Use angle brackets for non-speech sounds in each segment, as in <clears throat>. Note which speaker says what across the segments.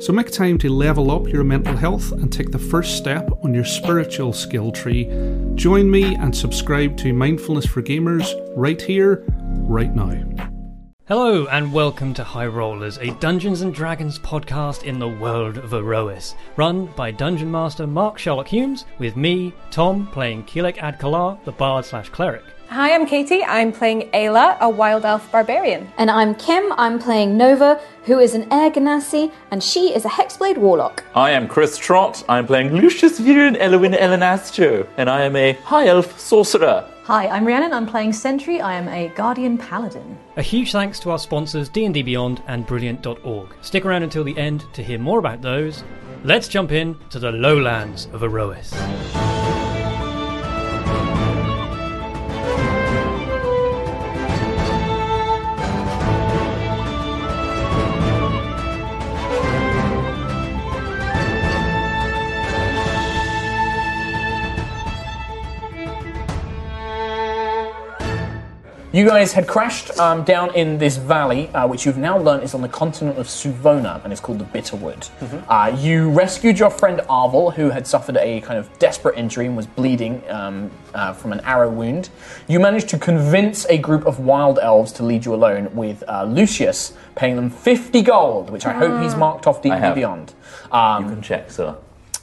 Speaker 1: So make time to level up your mental health and take the first step on your spiritual skill tree. Join me and subscribe to Mindfulness for Gamers right here, right now.
Speaker 2: Hello and welcome to High Rollers, a Dungeons and Dragons podcast in the world of Erois, run by Dungeon Master Mark Sherlock Humes, with me, Tom, playing Keelik Adkalar, the bard slash cleric.
Speaker 3: Hi, I'm Katie. I'm playing Ayla, a wild elf barbarian.
Speaker 4: And I'm Kim, I'm playing Nova, who is an Air Ganassi, and she is a Hexblade Warlock.
Speaker 5: I am Chris Trott. I'm playing Lucius Viren Elwin Elenastro, and I am a high elf sorcerer.
Speaker 6: Hi, I'm Rhiannon. I'm playing Sentry. I am a Guardian Paladin.
Speaker 2: A huge thanks to our sponsors D&D Beyond and Brilliant.org. Stick around until the end to hear more about those. Let's jump in to the lowlands of Erois.
Speaker 7: You guys had crashed um, down in this valley, uh, which you've now learned is on the continent of Suvona and is called the Bitterwood.
Speaker 5: Mm-hmm.
Speaker 7: Uh, you rescued your friend Arvel, who had suffered a kind of desperate injury and was bleeding um, uh, from an arrow wound. You managed to convince a group of wild elves to lead you alone, with uh, Lucius paying them 50 gold, which I hope he's marked off deeply
Speaker 5: Ah. have.
Speaker 7: beyond. Um,
Speaker 5: You can check, sir.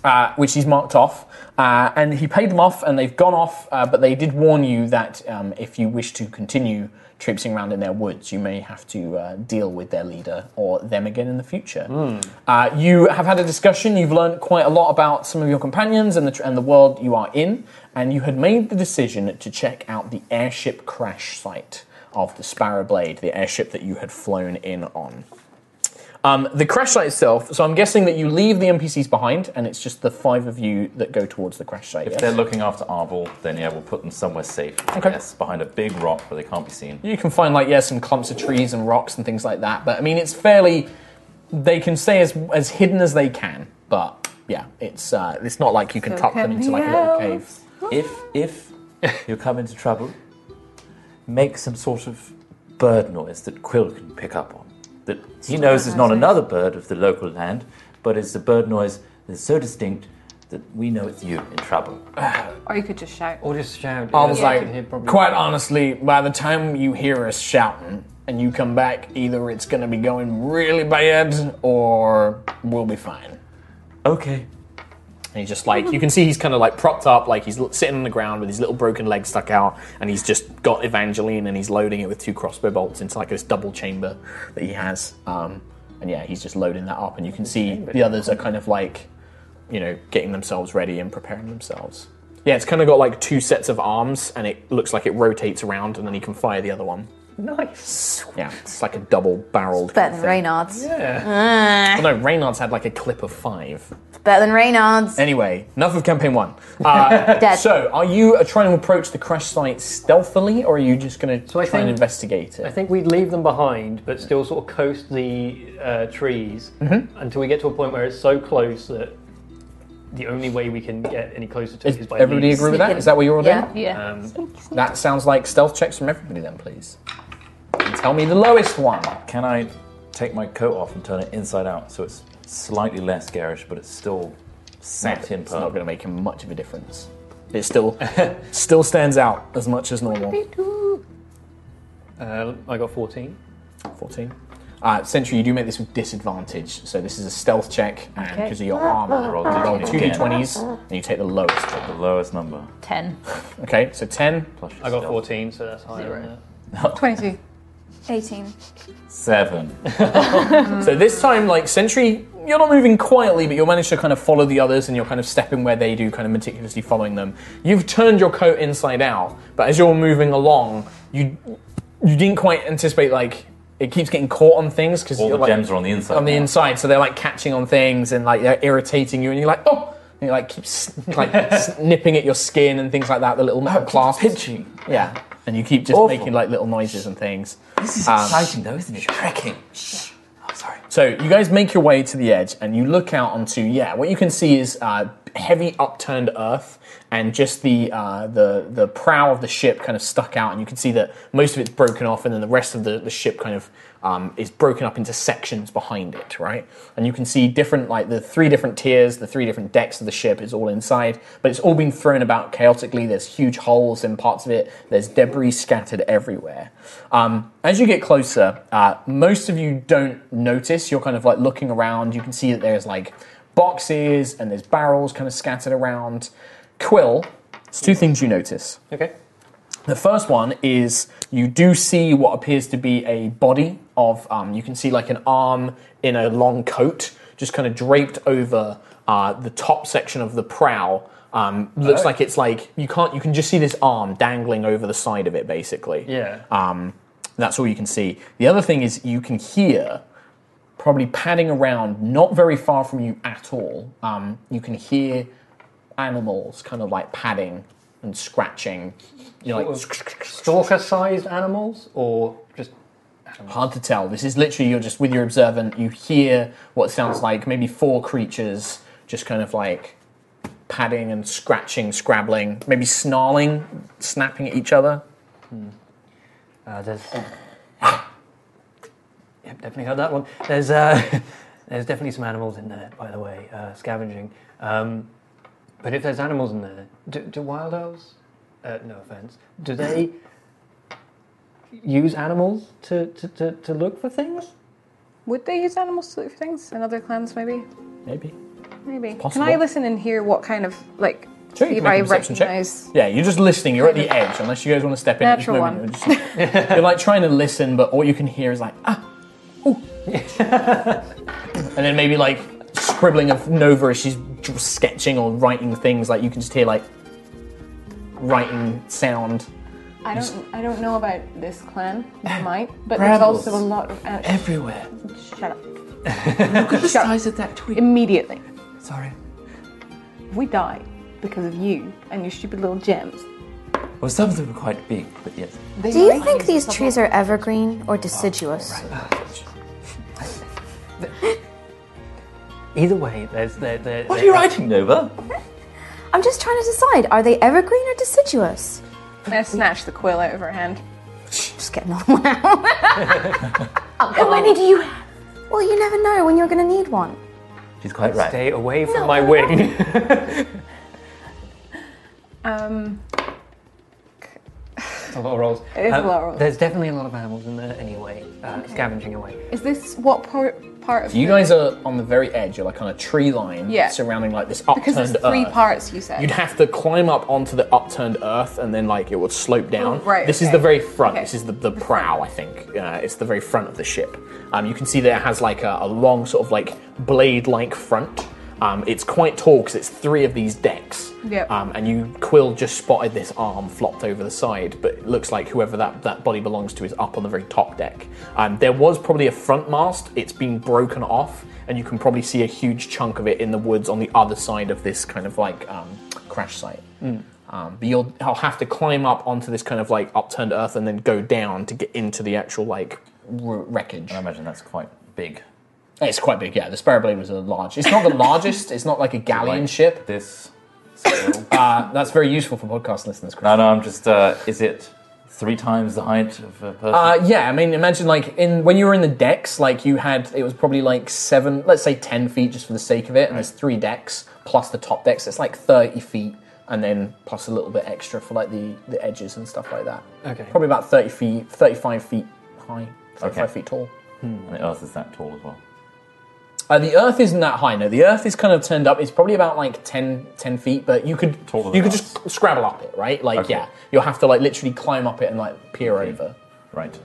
Speaker 7: uh, which he's marked off. Uh, and he paid them off, and they've gone off. Uh, but they did warn you that um, if you wish to continue traipsing around in their woods, you may have to uh, deal with their leader or them again in the future. Uh, you have had a discussion. You've learned quite a lot about some of your companions and the tr- and the world you are in. And you had made the decision to check out the airship crash site of the Sparrow Blade, the airship that you had flown in on. Um, the crash site itself, so I'm guessing that you leave the NPCs behind and it's just the five of you that go towards the crash site.
Speaker 5: If
Speaker 7: yes?
Speaker 5: they're looking after Arvel, then yeah, we'll put them somewhere safe.
Speaker 7: Okay.
Speaker 5: Yes, behind a big rock where they can't be seen.
Speaker 7: You can find, like, yeah, some clumps of trees and rocks and things like that, but I mean, it's fairly. They can stay as, as hidden as they can, but yeah, it's uh, it's not like you can tuck them into like a little cave.
Speaker 5: If
Speaker 7: <laughs>
Speaker 5: if you come into trouble, make some sort of bird noise that Quill can pick up on. That he knows is not another bird of the local land, but it's a bird noise that's so distinct that we know it's you in trouble.
Speaker 3: Or Oh, you could just shout.
Speaker 2: Or just shout.
Speaker 7: I was like, quite honestly, by the time you hear us shouting and you come back, either it's going to be going really bad or we'll be fine.
Speaker 5: Okay.
Speaker 7: And he's just like, you can see he's kind of like propped up, like he's l- sitting on the ground with his little broken leg stuck out, and he's just got Evangeline and he's loading it with two crossbow bolts into like this double chamber that he has. Um, and yeah, he's just loading that up, and you can see the others are kind of like, you know, getting themselves ready and preparing themselves. Yeah, it's kind of got like two sets of arms, and it looks like it rotates around, and then he can fire the other one.
Speaker 2: nice.
Speaker 7: Yeah, it's like a double
Speaker 4: <laughs>
Speaker 7: barreled.
Speaker 4: Better than Reynards.
Speaker 7: Oh, No, Reynard's had like a clip of five.
Speaker 4: Better than Reynards.
Speaker 7: Anyway, enough of campaign one.
Speaker 4: <laughs>
Speaker 7: Uh,
Speaker 4: Dead.
Speaker 7: So, are you uh, trying to approach the crash site stealthily, or are you just going to
Speaker 2: I
Speaker 7: try and
Speaker 2: think-
Speaker 7: investigate it?
Speaker 2: I think we'd leave them behind, but still sort of coast the uh, trees
Speaker 7: Mm-hmm.
Speaker 2: until we get to a point where it's so close that the only way we can get any closer to
Speaker 7: Is
Speaker 2: it is by
Speaker 7: everybody
Speaker 2: leaps.
Speaker 7: agree with that? Is that what you're all doing?
Speaker 4: Yeah.
Speaker 3: Yeah.
Speaker 7: That sounds like stealth checks from everybody, then, please. And tell me the lowest one.
Speaker 5: Can I take my coat off and turn it inside out so it's slightly less garish, but it's still sat in
Speaker 7: It's not going
Speaker 5: perm?
Speaker 7: to make him much of a difference.
Speaker 2: <laughs>
Speaker 7: It still still stands out as much as normal.
Speaker 2: Uh, I got 14.
Speaker 7: 14. Uh, Sentry, you do make this with disadvantage, so this is a stealth check, and because of your armor,
Speaker 5: Roll
Speaker 7: roll two
Speaker 5: 2d20.
Speaker 7: d20s, and you take the lowest
Speaker 5: The
Speaker 7: one.
Speaker 5: lowest number.
Speaker 6: Ten.
Speaker 7: Okay, so 10
Speaker 5: Plus
Speaker 2: I got
Speaker 5: yourself.
Speaker 2: 14, so that's higher. than that.
Speaker 3: 22.
Speaker 4: 18.
Speaker 5: <laughs> Seven.
Speaker 7: So this time, like Sentry, you're not moving quietly, but you'll manage to kind of follow the others, and you're kind of stepping where they do, kind of meticulously following them. You've turned your coat inside out, but as you're moving along, you you didn't quite anticipate like it keeps getting caught on things because
Speaker 5: All the
Speaker 7: like,
Speaker 5: gems are on the inside.
Speaker 7: on the
Speaker 5: now.
Speaker 7: inside, so they're like catching on things and like they're irritating you, and you're like, oh, And it like keeps
Speaker 5: <laughs>
Speaker 7: like s- nipping at your skin and things like that. The little metal clasps.
Speaker 5: Oh, Pinching.
Speaker 7: Yeah, and you keep just
Speaker 5: Awful.
Speaker 7: making like little noises and things.
Speaker 5: This is
Speaker 7: Um,
Speaker 5: exciting, though, isn't it? Trekking. Oh, sorry.
Speaker 7: So you guys make your way to the edge, and you look out onto yeah. What you can see is uh, heavy upturned earth, and just the uh, the the prow of the ship kind of stuck out, and you can see that most of it's broken off, and then the rest of the, the ship kind of um, is broken up into sections behind it, right? And you can see different like the three different tiers, the three different decks of the ship is all inside, but it's all been thrown about chaotically. There's huge holes in parts of it. There's debris scattered everywhere. Um, as you get closer, uh, most of you don't notice. You're kind of like looking around. You can see that there's like boxes and there's barrels kind of scattered around. Quill, it's two things you notice.
Speaker 2: Okay.
Speaker 7: The first one is you do see what appears to be a body of, um, you can see like an arm in a long coat, just kind of draped over uh, the top section of the prow. Um, looks like it's like you can't, you can just see this arm dangling over the side of it, basically.
Speaker 2: Yeah.
Speaker 7: Um, that's all you can see. The other thing is you can hear, probably padding around, not very far from you at all. Um, you can hear animals kind of like padding and scratching. You know, like
Speaker 2: Stalker-sized animals, or just
Speaker 7: hard to tell. This is literally you're just with your observant. You hear what sounds like maybe four creatures just kind of like padding and scratching, scrabbling, maybe snarling, snapping at each other.
Speaker 2: Uh, there's. <coughs> yep, definitely heard that one. There's uh, <laughs> there's definitely some animals in there, by the way, uh, scavenging. Um, but if there's animals in there, do, do wild elves? Uh, no offense. Do they use animals to, to, to, to look for things?
Speaker 3: Would they use animals to look for things in other clans? Maybe.
Speaker 7: Maybe.
Speaker 3: Maybe.
Speaker 7: possible.
Speaker 3: Can I listen and hear what kind of like?
Speaker 7: Sure, you
Speaker 3: see
Speaker 7: can
Speaker 3: if
Speaker 7: make
Speaker 3: I
Speaker 7: a perception check.
Speaker 3: recognize.
Speaker 7: Yeah, you're just listening. You're at the edge, unless you guys want to step in. at this
Speaker 3: Natural
Speaker 7: moment, You're, just- <laughs> you're, like trying to listen, but all you can hear is like ah, ooh, <laughs> and then maybe like scribbling of Nova as she's dr- sketching or writing things. Like you can just hear like writing sound.
Speaker 3: I don't. I don't know about this clan.
Speaker 7: <laughs>
Speaker 3: You might, but
Speaker 5: Brambles.
Speaker 3: there's also a lot of. Uh,
Speaker 5: Everywhere.
Speaker 3: shut
Speaker 7: <laughs>
Speaker 3: up. shut up.
Speaker 5: of that tweet.
Speaker 3: Immediately.
Speaker 5: Sorry.
Speaker 3: We die because of you and your stupid little
Speaker 7: <laughs>
Speaker 3: gems.
Speaker 5: Well, some of them are quite big, but yes.
Speaker 4: Do you think these trees are evergreen or deciduous?
Speaker 2: Either way, there's there, there,
Speaker 5: What are you writing, Nova?
Speaker 4: I'm just trying to decide are they evergreen or deciduous?
Speaker 3: I snatched the quill out of her hand.
Speaker 4: Just <laughs> get another one out. How many do you have? Well, you never know when you're going to need one.
Speaker 5: She's quite right.
Speaker 2: Stay away from my wing. <laughs>
Speaker 3: Um,
Speaker 2: It's a lot of rolls.
Speaker 3: is a lot of rolls.
Speaker 2: Um, There's definitely a lot of animals in there anyway, uh, scavenging away.
Speaker 3: is this what part, part of
Speaker 7: You
Speaker 3: the-
Speaker 7: guys are on the very edge. You're like on a tree line
Speaker 3: Yeah.
Speaker 7: surrounding like this
Speaker 3: Because
Speaker 7: upturned
Speaker 3: there's three
Speaker 7: earth.
Speaker 3: parts. You said.
Speaker 7: You'd have to climb up onto the upturned earth, and then like it would slope down.
Speaker 3: Oh, right,
Speaker 7: This is
Speaker 3: okay.
Speaker 7: the very front.
Speaker 3: Okay.
Speaker 7: This is the, the prow, I think. Uh, it's the very front of the ship. Um, you can see that it has like a, a long sort of like blade-like front. Um, it's quite tall because it's three of these decks.
Speaker 3: Yep.
Speaker 7: Um, and you Quill just spotted this arm flopped over the side, but it looks like whoever that, that body belongs to is up on the very top deck. Um, there was probably a front mast. It's been broken off, and you can probably see a huge chunk of it in the woods on the other side of this kind of like um, crash site. Um, but you'll I'll have to climb up onto this kind of like upturned earth and then go down to get into the actual like wr- wreckage.
Speaker 5: I imagine that's quite big.
Speaker 7: It's quite big, yeah. The Sparrowblade was a large. It's not the largest. it's not like a galleon
Speaker 5: Like <laughs>
Speaker 7: ship.
Speaker 5: This. scale.
Speaker 7: Uh, that's very useful for podcast listeners. Chris.
Speaker 5: no, no, I'm just. Uh, is it three times the height of a person?
Speaker 7: Uh, yeah, I mean, imagine like in when you were in the decks, like you had it was probably like seven, let's say ten feet, just for the sake of it. And there's three decks plus the top decks. It's like thirty feet, and then plus a little bit extra for like the the edges and stuff like that.
Speaker 2: Okay.
Speaker 7: Probably about thirty feet, thirty-five feet high, thirty-five
Speaker 5: Okay.
Speaker 7: feet tall.
Speaker 5: and the earth is that tall as well.
Speaker 7: Uh, the Earth isn't that high. No, the Earth is kind of turned up. It's probably about like 10, 10 feet, but you could
Speaker 5: Taller than
Speaker 7: you could
Speaker 5: us.
Speaker 7: just scrabble up it, right? Like,
Speaker 5: Okay.
Speaker 7: yeah, you'll have to like literally climb up it and like peer
Speaker 5: Okay.
Speaker 7: over.
Speaker 5: Right.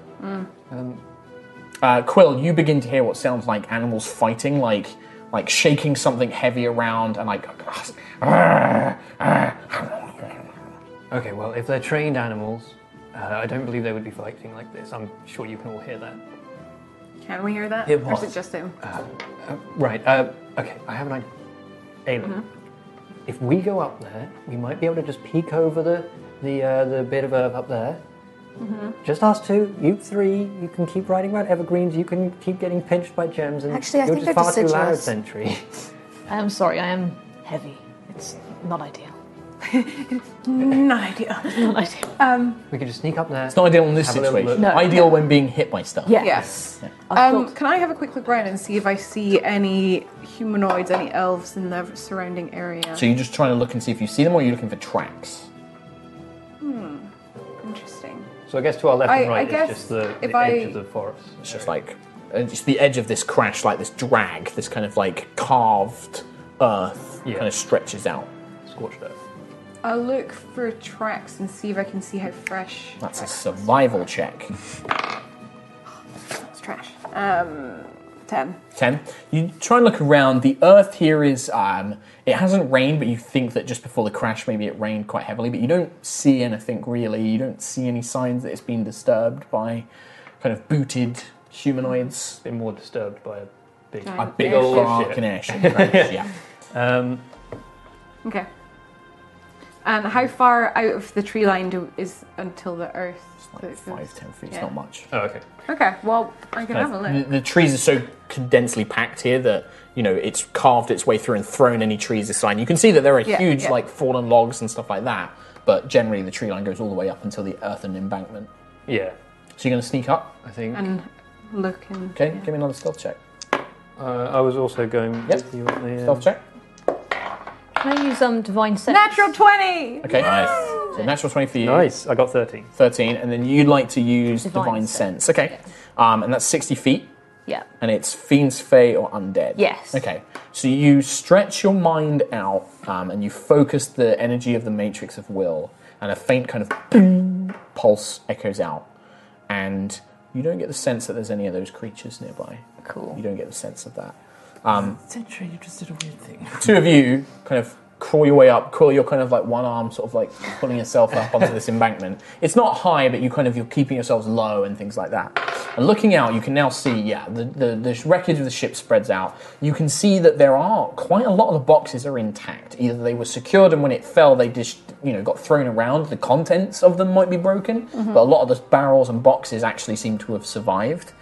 Speaker 7: Uh, Quill, you begin to hear what sounds like animals fighting, like like shaking something heavy around, and like
Speaker 2: Okay, well, if they're trained animals, uh, I don't believe they would be fighting like this. I'm sure you can all hear that.
Speaker 3: Can we hear that?
Speaker 5: It
Speaker 3: Or
Speaker 5: was.
Speaker 7: <laughs>
Speaker 3: is it just him?
Speaker 2: Right. Uh, okay, I have an idea. Ayla,
Speaker 8: if we go up there, we might be able to just peek over the the uh, the bit of herb up there. Just us two, you three. You can keep riding around evergreens. You can keep getting pinched by gems, and
Speaker 4: Actually, I
Speaker 8: you're
Speaker 4: think
Speaker 8: just
Speaker 4: they're
Speaker 8: far too loud,
Speaker 4: deciduous.
Speaker 8: Sentry. <laughs>
Speaker 6: I am sorry, I am heavy. It's not ideal.
Speaker 3: No idea.
Speaker 6: Not ideal.
Speaker 8: We could just sneak up there.
Speaker 7: It's not ideal in this
Speaker 8: Have a little
Speaker 7: situation.
Speaker 8: look.
Speaker 6: No,
Speaker 7: ideal when being hit by stuff.
Speaker 6: Yeah.
Speaker 3: Yes.
Speaker 6: I
Speaker 3: Um,
Speaker 6: thought-
Speaker 3: can I have a quick look round and see if I see any humanoids, any elves in the surrounding area?
Speaker 7: So you're just trying to look and see if you see them, or you're looking for tracks.
Speaker 3: Interesting.
Speaker 8: So I guess to our left
Speaker 3: I-
Speaker 8: and
Speaker 3: I
Speaker 8: right
Speaker 3: guess
Speaker 8: is just the,
Speaker 3: if
Speaker 8: the edge
Speaker 3: I-
Speaker 8: of the forest.
Speaker 7: It's just like uh, just the edge of this crash, like this drag, this kind of like carved earth
Speaker 8: Yeah.
Speaker 7: kind of stretches out.
Speaker 8: Scorched earth.
Speaker 3: I'll look for tracks and see if I can see how fresh.
Speaker 7: That's a
Speaker 3: tracks-
Speaker 7: survival check.
Speaker 3: That's trash. Um, ten.
Speaker 7: Ten. You try and look around. The earth here is um, it hasn't rained, but you think that just before the crash, maybe it rained quite heavily. But you don't see anything really. You don't see any signs that it's been disturbed by kind of booted humanoids.
Speaker 8: Been more disturbed by a big.
Speaker 7: A big
Speaker 3: Airship.
Speaker 7: fucking airship crash. yeah.
Speaker 8: Um,
Speaker 3: Okay. And how far out of the tree line do, is until the earth? that
Speaker 7: Like
Speaker 3: it
Speaker 7: five,
Speaker 3: goes?
Speaker 7: ten feet. It's
Speaker 3: Yeah.
Speaker 7: not much.
Speaker 8: oh, okay.
Speaker 3: Okay. Well, I can have a
Speaker 7: The,
Speaker 3: look.
Speaker 7: the trees are so densely packed here that you know it's carved its way through and thrown any trees aside. You can see that there are
Speaker 3: Yeah,
Speaker 7: huge
Speaker 3: yeah.
Speaker 7: like fallen logs and stuff like that, but generally the tree line goes all the way up until the earthen embankment.
Speaker 8: Yeah,
Speaker 7: So you're going to sneak up.
Speaker 8: I think.
Speaker 3: And look and.
Speaker 7: Okay, give me another stealth check.
Speaker 8: Uh, I was also going
Speaker 7: Yep.
Speaker 8: with you on the. um,
Speaker 7: Stealth check.
Speaker 6: Can I use um, divine sense?
Speaker 3: Natural twenty.
Speaker 7: Okay.
Speaker 5: Nice.
Speaker 7: So natural twenty for you.
Speaker 8: Nice, I got 13.
Speaker 7: 13, and then you'd like to use divine,
Speaker 6: Divine
Speaker 7: sense.
Speaker 6: sense.
Speaker 7: Okay. Um, and that's 60 feet,
Speaker 6: Yeah.
Speaker 7: and it's fiends, fey, or undead.
Speaker 6: Yes.
Speaker 7: Okay. So you stretch your mind out, um, and you focus the energy of the matrix of will, and a faint kind of boom pulse echoes out, and you don't get the sense that there's any of those creatures nearby. You
Speaker 6: Cool.
Speaker 7: don't get the sense of that.
Speaker 5: Sentry, you just did a weird thing.
Speaker 7: two of you kind of crawl your way up, crawl your kind of like one arm sort of like pulling yourself up onto this embankment. It's not high, but you kind of you're keeping yourselves low and things like that. And looking out, you can now see, yeah, the, the, the wreckage of the ship spreads out. You can see that there are quite a lot of the boxes are intact. Either they were secured and when it fell, they just, you know, got thrown around. The contents of them might be broken, but a lot of the barrels and boxes actually seem to have survived.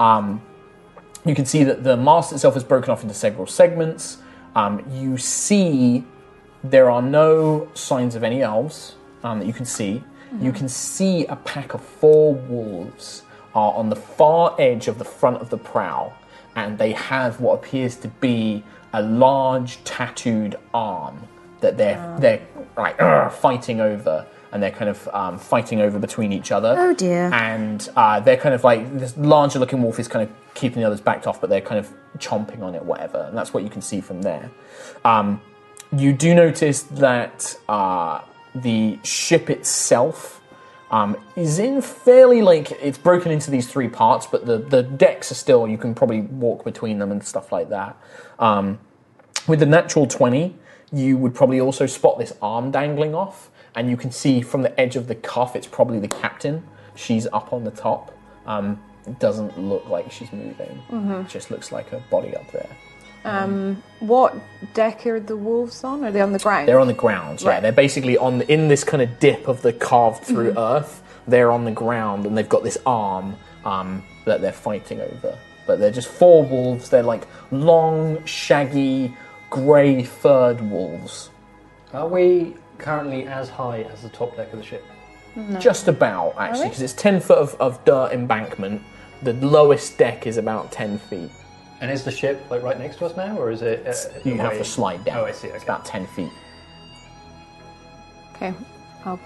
Speaker 7: Um, you can see that the mast itself is broken off into several segments. Um, you see there are no signs of any elves um, that you can see.
Speaker 4: Mm-hmm.
Speaker 7: You can see a pack of four wolves are on the far edge of the front of the prow, and they have what appears to be a large tattooed arm that they're
Speaker 4: Ah.
Speaker 7: they're like <clears throat> "Argh," fighting over, and they're kind of um, fighting over between each other.
Speaker 4: Oh, dear.
Speaker 7: And uh, they're kind of like this larger looking wolf is kind of keeping the others backed off, but they're kind of chomping on it, whatever. And that's what you can see from there. Um, you do notice that uh, the ship itself um, is in fairly like it's broken into these three parts, but the the decks are still you can probably walk between them and stuff like that. Um, with the natural 20, you would probably also spot this arm dangling off, and you can see from the edge of the cuff, it's probably the captain. She's up on the top. Um, it doesn't look like she's moving, it just looks like her body up there.
Speaker 3: What deck are the wolves on? Are they on the ground?
Speaker 7: They're on the ground, yeah.
Speaker 3: Right.
Speaker 7: They're basically on in this kind of dip of the carved through earth. They're on the ground and they've got this arm um, that they're fighting over. But they're just four wolves. They're like long, shaggy, grey furred wolves.
Speaker 8: Are we currently as high as the top deck of the ship?
Speaker 7: Just about, actually, because it's 10 foot of, of dirt embankment. The lowest deck is about 10 feet.
Speaker 8: And is the ship like right next to us now, or is it? Uh,
Speaker 7: You have
Speaker 8: away?
Speaker 7: to slide down.
Speaker 8: Oh, I see.
Speaker 7: It's
Speaker 8: Okay.
Speaker 7: about 10 feet.
Speaker 3: Okay. I'll.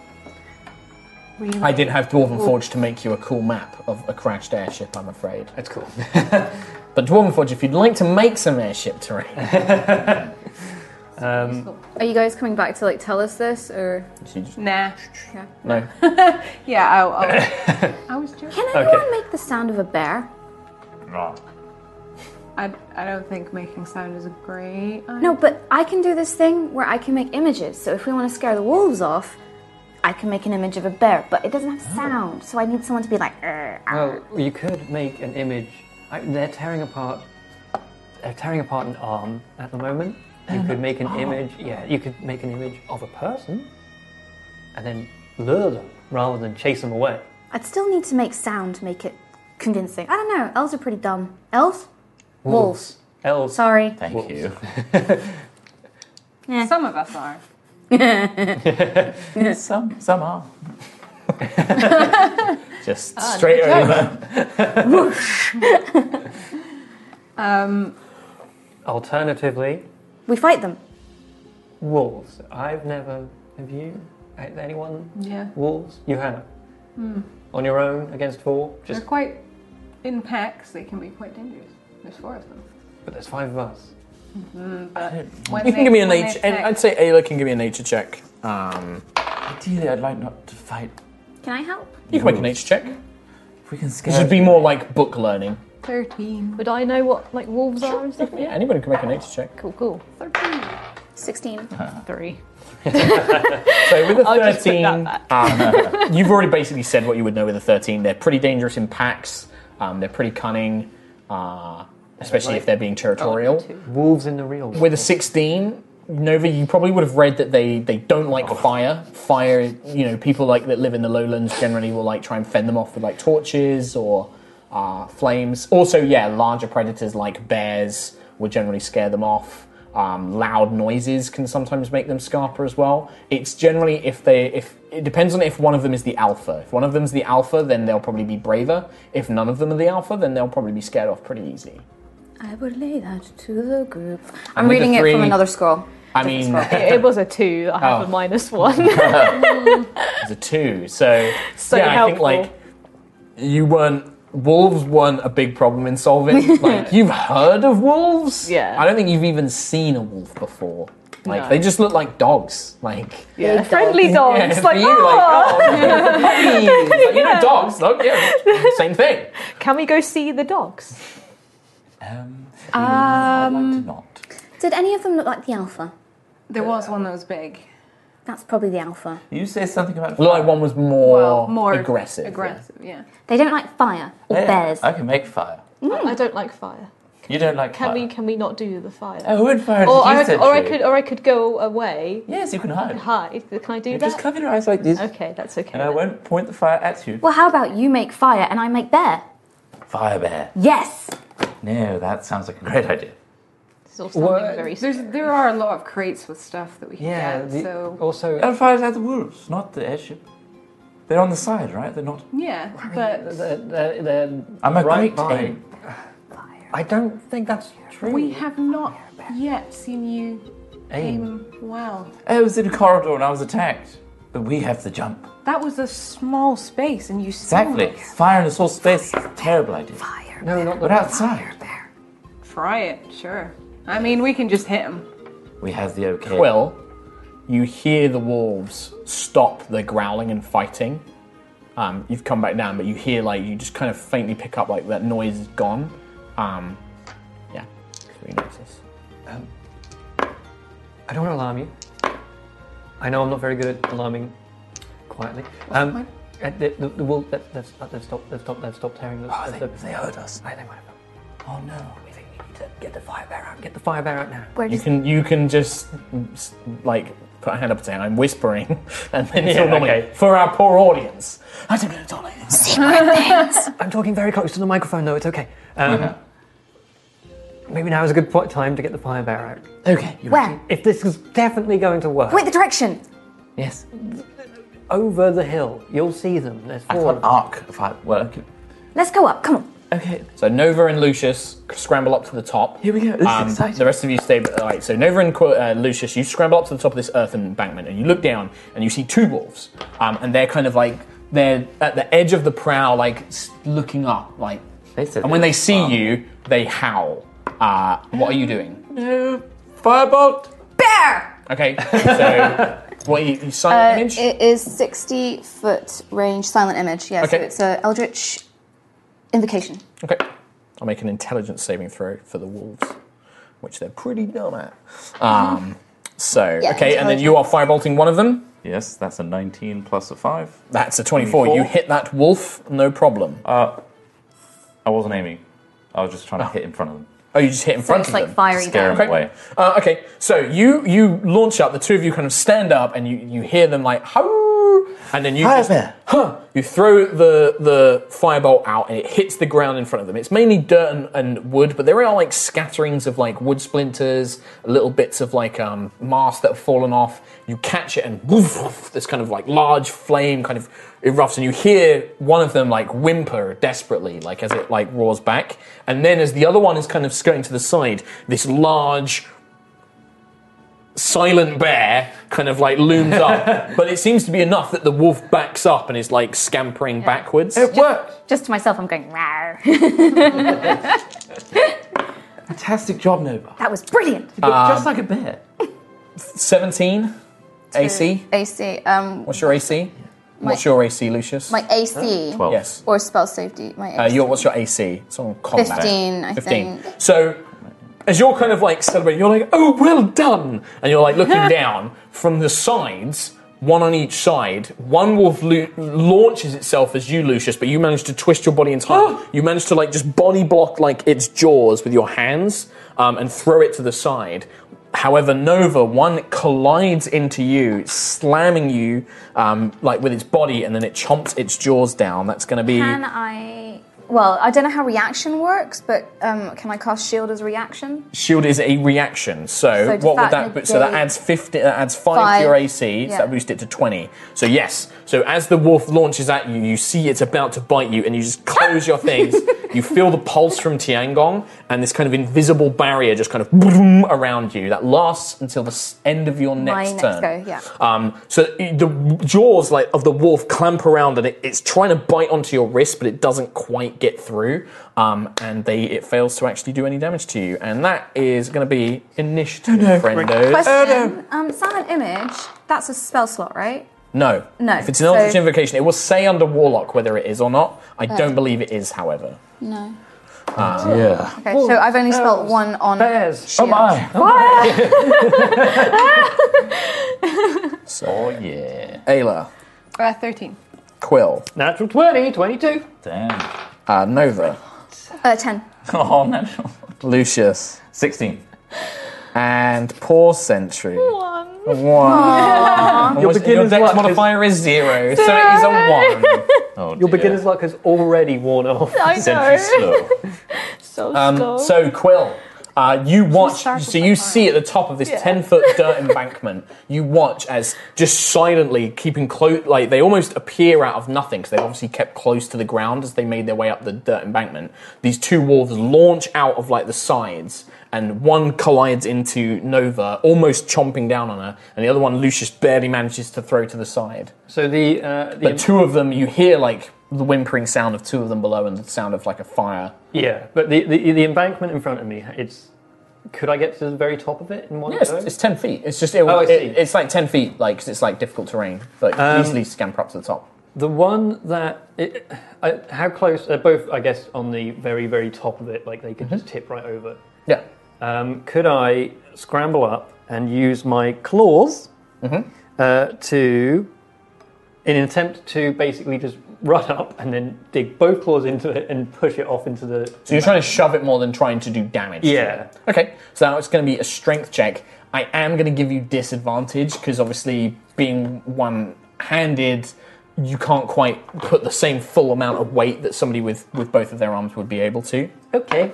Speaker 3: Really?
Speaker 7: I didn't have Dwarven Forge to make you a cool map of a crashed airship, I'm afraid.
Speaker 8: That's cool.
Speaker 7: <laughs> But Dwarven Forge, if you'd like to make some airship terrain,
Speaker 4: Are you guys coming back to like tell us this or?
Speaker 3: Nah.
Speaker 7: No.
Speaker 3: Yeah, I'll. I'll
Speaker 7: <laughs>
Speaker 3: I was joking.
Speaker 4: Can anyone make the sound of a bear?
Speaker 5: Ah,
Speaker 3: I, I don't think making sound is a great. idea.
Speaker 4: No, but I can do this thing where I can make images. So if we want to scare the wolves off, I can make an image of a bear, but it doesn't have sound. So I need someone to be like, "Arr, arr."
Speaker 8: <laughs> well, you could make an image. I, they're tearing apart. They're tearing apart an arm at the moment. You could
Speaker 7: <gasps>
Speaker 8: make an image. Yeah, you could make an image of a person, and then lure them rather than chase them away.
Speaker 4: I'd still need to make sound to make it convincing. I don't know. Elves are pretty dumb. Elves? Wolves.
Speaker 8: Elves.
Speaker 4: Sorry.
Speaker 5: Thank you.
Speaker 3: Some of us are.
Speaker 5: Some, some are. <laughs> Ah, Just straight over.
Speaker 3: Um,
Speaker 8: Alternatively,
Speaker 4: We fight them.
Speaker 8: wolves. I've never. Have you? Has Anyone?
Speaker 3: yeah,
Speaker 8: Wolves? You have.
Speaker 3: Hmm.
Speaker 8: On your own against four.
Speaker 3: they're
Speaker 8: Just.
Speaker 3: quite in packs. They can be quite dangerous. There's four of them.
Speaker 8: But there's five of us.
Speaker 3: When
Speaker 7: You can
Speaker 3: they-
Speaker 7: give me a
Speaker 3: when they
Speaker 7: nature. And
Speaker 3: attack-
Speaker 7: I'd say Ayla can give me a nature check. Um,
Speaker 5: Ideally, I'd like not to fight.
Speaker 4: Can I help?
Speaker 7: you can make a nature check.
Speaker 5: If we can scare.
Speaker 7: This would be more like book learning.
Speaker 3: Thirteen.
Speaker 6: Would I know what like wolves are and stuff?
Speaker 7: Yeah, anybody can make a nature check.
Speaker 6: <laughs> Cool, cool.
Speaker 4: 16.
Speaker 6: Three.
Speaker 7: So with a
Speaker 6: I'll just put
Speaker 7: 13,
Speaker 6: that
Speaker 7: um, <laughs> you've already basically said what you would know with a 13. They're pretty dangerous in packs. Um, they're pretty cunning, uh, especially if they're being territorial.
Speaker 8: Wolves in the real world.
Speaker 7: With a 16, Nova, you probably would have read that they, they don't like fire. Fire, you know, people like that live in the lowlands generally will like try and fend them off with like torches or uh, flames. Also, yeah, larger predators like bears will generally scare them off. Um, loud noises can sometimes make them scarper as well. It's generally if they if it depends on if one of them is the alpha. If one of them's the alpha, then they'll probably be braver. If none of them are the alpha, then they'll probably be scared off pretty easy.
Speaker 4: I would lay that to the group. I'm
Speaker 7: with a
Speaker 4: reading it
Speaker 7: three-
Speaker 4: from another scroll.
Speaker 7: I mean,
Speaker 6: It, <laughs> it was a two. I have
Speaker 7: Oh.
Speaker 6: a minus one. <laughs>
Speaker 7: It's a two. So,
Speaker 6: So
Speaker 7: yeah,
Speaker 6: helpful.
Speaker 7: I think like you weren't wolves weren't a big problem in
Speaker 6: <laughs>
Speaker 7: solving. like you've heard of wolves.
Speaker 6: Yeah.
Speaker 7: I don't think you've even seen a wolf before. Like
Speaker 6: No.
Speaker 7: they just look like dogs. Like
Speaker 6: <laughs> yeah.
Speaker 4: Big
Speaker 6: Friendly
Speaker 4: dogs.
Speaker 6: dogs.
Speaker 7: yeah, for
Speaker 6: like,
Speaker 7: you, like,
Speaker 6: "Oh,
Speaker 7: oh, puppies." <laughs> Like, you know dogs. Look, yeah, same thing.
Speaker 6: <laughs> can we go see the dogs?
Speaker 5: Um, I'd like to
Speaker 6: Um,
Speaker 5: not.
Speaker 4: Did any of them look like the alpha?
Speaker 3: There was one that was big.
Speaker 4: That's probably the alpha.
Speaker 5: You say something about.
Speaker 7: Looked like one was more,
Speaker 3: Well, more
Speaker 7: aggressive.
Speaker 3: Aggressive, yeah.
Speaker 4: They don't like fire or
Speaker 5: Yeah,
Speaker 4: bears.
Speaker 5: I can make fire.
Speaker 6: I don't like fire.
Speaker 5: You don't like
Speaker 6: Can
Speaker 5: fire.
Speaker 6: we? Can we not do the fire?
Speaker 5: Oh, wood fire.
Speaker 6: or,
Speaker 5: you
Speaker 6: I,
Speaker 5: said
Speaker 6: or I
Speaker 5: true.
Speaker 6: could, or I could go away.
Speaker 5: Yes, you can hide.
Speaker 6: Hi, can I do
Speaker 5: You
Speaker 6: that?
Speaker 5: just cover your eyes like this,
Speaker 6: Okay, that's okay.
Speaker 5: and I
Speaker 6: then.
Speaker 5: won't point the fire at you.
Speaker 4: Well, how about you make fire and I make bear?
Speaker 5: Fire bear.
Speaker 4: Yes!
Speaker 5: No, that sounds like a great idea.
Speaker 6: This is all sounding
Speaker 8: What?
Speaker 6: very
Speaker 3: There's there are a lot of crates with stuff that we can
Speaker 8: yeah.
Speaker 3: get.
Speaker 8: the-
Speaker 3: so
Speaker 8: Also, uh,
Speaker 5: And fires at the wolves, not the airship. They're on the side, right? They're not.
Speaker 3: yeah, but
Speaker 8: they're, they're, they're
Speaker 5: I'm a
Speaker 8: right
Speaker 5: great
Speaker 8: by-
Speaker 5: aim.
Speaker 8: I don't think that's true.
Speaker 3: we have not yet seen you aim well.
Speaker 5: I was in a corridor and I was attacked. But we have the jump.
Speaker 3: That was a small space, and you still
Speaker 5: Exactly. Oh, Fire in a small space. Terrible idea.
Speaker 8: No, not the
Speaker 5: But outside,
Speaker 3: Try it, sure. I mean, we can just hit him.
Speaker 5: we have the okay.
Speaker 7: Well, you hear the wolves stop the growling and fighting. Um, you've come back down, but you hear like you just kind of faintly pick up like that noise is gone. Um, yeah, three noises.
Speaker 8: I don't want to alarm you. I know I'm not very good at alarming quietly. Um, uh, the, the, the wolf, let, let's, uh, let's stop, let's stop, let's stop tearing the.
Speaker 5: Oh, they,
Speaker 8: the,
Speaker 5: they heard us.
Speaker 8: I think might have-
Speaker 5: Oh no.
Speaker 8: we think we need to get the fire bear out. Get the fire bear out now.
Speaker 4: Where
Speaker 7: You
Speaker 4: does
Speaker 7: can you can just s- like put a hand up and say I'm whispering, <laughs> and then
Speaker 8: <laughs>
Speaker 7: it's
Speaker 8: Yeah,
Speaker 7: all normally
Speaker 8: okay.
Speaker 7: for our poor audience. I don't know,
Speaker 5: <laughs>
Speaker 7: darling.
Speaker 8: I'm talking very close to the microphone, though. It's okay. Um,
Speaker 5: Uh-huh. Mm-hmm.
Speaker 8: Maybe now is a good po- time to get the fire bear out.
Speaker 5: Okay. You're
Speaker 4: Where?
Speaker 8: If this is definitely going to work,
Speaker 4: Wait, the direction!
Speaker 5: Yes.
Speaker 8: over the hill, you'll see them. There's
Speaker 5: I
Speaker 8: four.
Speaker 5: can't
Speaker 8: of them.
Speaker 5: arc. If I, well, okay.
Speaker 4: Let's go up, come on.
Speaker 5: okay.
Speaker 7: So Nova and Lucius scramble up to the top.
Speaker 5: Here we go. This
Speaker 7: Um,
Speaker 5: is exciting.
Speaker 7: the rest of you stay. All right. So Nova and Qu- uh, Lucius, you scramble up to the top of this earthen embankment, and you look down, and you see two wolves, um, and they're kind of like they're at the edge of the prow, like s- looking up, like.
Speaker 5: They said
Speaker 7: and when
Speaker 5: they-
Speaker 7: they see
Speaker 5: wow.
Speaker 7: you, they howl. Uh, what are you doing?
Speaker 5: No. Firebolt.
Speaker 4: Bear!
Speaker 7: Okay. So what are you, you silent
Speaker 5: Uh,
Speaker 7: image?
Speaker 4: Uh, it is 60 foot range silent image, yeah,
Speaker 7: Okay.
Speaker 4: so it's a Eldritch invocation.
Speaker 7: Okay. I'll make an intelligence saving throw for the wolves, which they're pretty dumb at. Um, so
Speaker 4: <laughs> Yeah,
Speaker 7: okay, and then you are firebolting one of them.
Speaker 5: Yes, that's a 19 plus a 5.
Speaker 7: That's a 24. You
Speaker 5: 24.
Speaker 7: hit that wolf, no problem.
Speaker 5: I wasn't aiming. I was just trying to hit in front of them.
Speaker 7: Oh, you just hit in
Speaker 4: So
Speaker 7: front
Speaker 4: it's
Speaker 7: of
Speaker 4: like
Speaker 7: them.
Speaker 4: fiery
Speaker 5: Scare
Speaker 4: down.
Speaker 5: him away.
Speaker 7: Uh, okay, so you you launch up. The two of you kind of stand up, and you, you hear them like "Hoo!" and then you
Speaker 5: Hi
Speaker 7: just,
Speaker 5: there.
Speaker 7: huh, you throw the the firebolt out, and it hits the ground in front of them. It's mainly dirt and, and wood, but there are like scatterings of like wood splinters, little bits of like um, mast that have fallen off. You catch it, and woof, woof, this kind of like large flame kind of erupts, and you hear one of them like whimper desperately, like as it like roars back, and then as the other one is kind of skirting to the side, this large silent bear kind of like looms <laughs> up, but it seems to be enough that the wolf backs up and is like scampering backwards.
Speaker 5: It worked.
Speaker 4: Just to myself, I'm going, rawr. <laughs>
Speaker 5: Fantastic job, Nova.
Speaker 4: that was brilliant.
Speaker 5: You look just like a bear.
Speaker 7: 17 AC.
Speaker 9: AC. Um,
Speaker 7: What's your AC? What's your AC, Lucius?
Speaker 9: my AC.
Speaker 5: Twelve.
Speaker 7: yes.
Speaker 9: Or spell safety. My
Speaker 7: Uh,
Speaker 9: AC.
Speaker 7: your, what's your AC? It's on combat.
Speaker 9: 15, I think.
Speaker 7: So as you're kind of like celebrating, you're like, oh, well done. And you're
Speaker 9: <laughs>
Speaker 7: like looking down from the sides, one on each side. One wolf lo- launches itself as you, Lucius, but you manage to twist your body
Speaker 9: <gasps>
Speaker 7: in time. you manage to like just body block like its jaws with your hands um, and throw it to the side. However, Nova, one collides into you, slamming you um, like with its body, and then it chomps its jaws down. That's going to be.
Speaker 4: Can I? Well, I don't know how reaction works, but um, can I cast shield as a reaction?
Speaker 7: Shield is a reaction, so,
Speaker 4: So does
Speaker 7: what would
Speaker 4: that
Speaker 7: that? But, so that
Speaker 4: negate-
Speaker 7: adds fifty. That adds five,
Speaker 9: Five,
Speaker 7: to your AC. So
Speaker 9: yeah.
Speaker 7: that boosts it to twenty. So yes. So as the wolf launches at you, you see it's about to bite you, and you just close
Speaker 4: <laughs>
Speaker 7: your things. you feel the pulse from Tiangong, and this kind of invisible barrier just kind of boom around you that lasts until the s- end of your
Speaker 4: My
Speaker 7: next
Speaker 4: next
Speaker 7: turn.
Speaker 4: go, yeah.
Speaker 7: Um, so the jaws like of the wolf clamp around, and it, it's trying to bite onto your wrist, but it doesn't quite get through, um, and they it fails to actually do any damage to you. And that is going to be initiative, friendos.
Speaker 4: Question. Um, silent image. That's a spell slot, right?
Speaker 7: No,
Speaker 4: No,
Speaker 7: If it's an eldritch
Speaker 4: so-
Speaker 7: invocation, it will say under warlock whether it is or not. I don't believe it is, however. Uh,
Speaker 9: No.
Speaker 5: yeah.
Speaker 4: Okay,
Speaker 7: Oh,
Speaker 4: so I've only spelt one on.
Speaker 8: Bears.
Speaker 5: Oh my.
Speaker 4: What?
Speaker 5: Oh yeah.
Speaker 7: Ayla,
Speaker 3: Uh, 13.
Speaker 7: Quill,
Speaker 8: Natural 20, 22.
Speaker 5: Damn. <laughs>
Speaker 7: uh, Nova,
Speaker 4: Uh, Ten.
Speaker 5: Oh, natural.
Speaker 7: Lucius,
Speaker 5: Sixteen.
Speaker 7: and poor Sentry.
Speaker 6: One.
Speaker 7: Oh, One. Your,
Speaker 8: beginner's
Speaker 7: dex
Speaker 8: luck is-
Speaker 7: modifier is zero, so it is a one.
Speaker 5: Oh,
Speaker 8: Your beginner's luck has already worn off.
Speaker 6: I
Speaker 5: Sentry
Speaker 6: know.
Speaker 5: <laughs> slow.
Speaker 6: So
Speaker 7: Um,
Speaker 6: slow.
Speaker 7: so Quill, uh, you watch.
Speaker 4: startled
Speaker 7: So
Speaker 4: by
Speaker 7: you
Speaker 4: that.
Speaker 7: see at the top of this ten-foot dirt embankment. You watch as just silently keeping close, like they almost appear out of nothing because they obviously kept close to the ground as they made their way up the dirt embankment. These two wolves launch out of like the sides, and one collides into Nova, almost chomping down on her, and the other one Lucius barely manages to throw to the side.
Speaker 8: So the, uh, the
Speaker 7: But two of them, you hear like the whimpering sound of two of them below, and the sound of like a fire.
Speaker 8: yeah, but the, the the embankment in front of me. It's could I get to the very top of it in one
Speaker 7: Yeah, it's,
Speaker 8: go?
Speaker 7: it's ten feet. It's just it,
Speaker 8: Oh, I see.
Speaker 7: it- it's like ten feet, like 'cause it's like difficult terrain, but
Speaker 8: Um,
Speaker 7: easily scamper up to the top.
Speaker 8: The one that it, I, how close? They're both, I guess, on the very very top of it. Like they could
Speaker 7: Mm-hmm.
Speaker 8: just tip right over.
Speaker 7: Yeah,
Speaker 8: Um, could I scramble up and use my claws
Speaker 7: Mm-hmm.
Speaker 8: uh, to, in an attempt to basically just run up and then dig both claws into it and push it off into the.
Speaker 7: so you're trying to shove it more than trying to do damage. to
Speaker 8: Yeah.
Speaker 7: it. Okay, so now it's going to be a strength check. I am going to give you disadvantage because obviously being one-handed, you can't quite put the same full amount of weight that somebody with with both of their arms would be able to.
Speaker 8: Okay.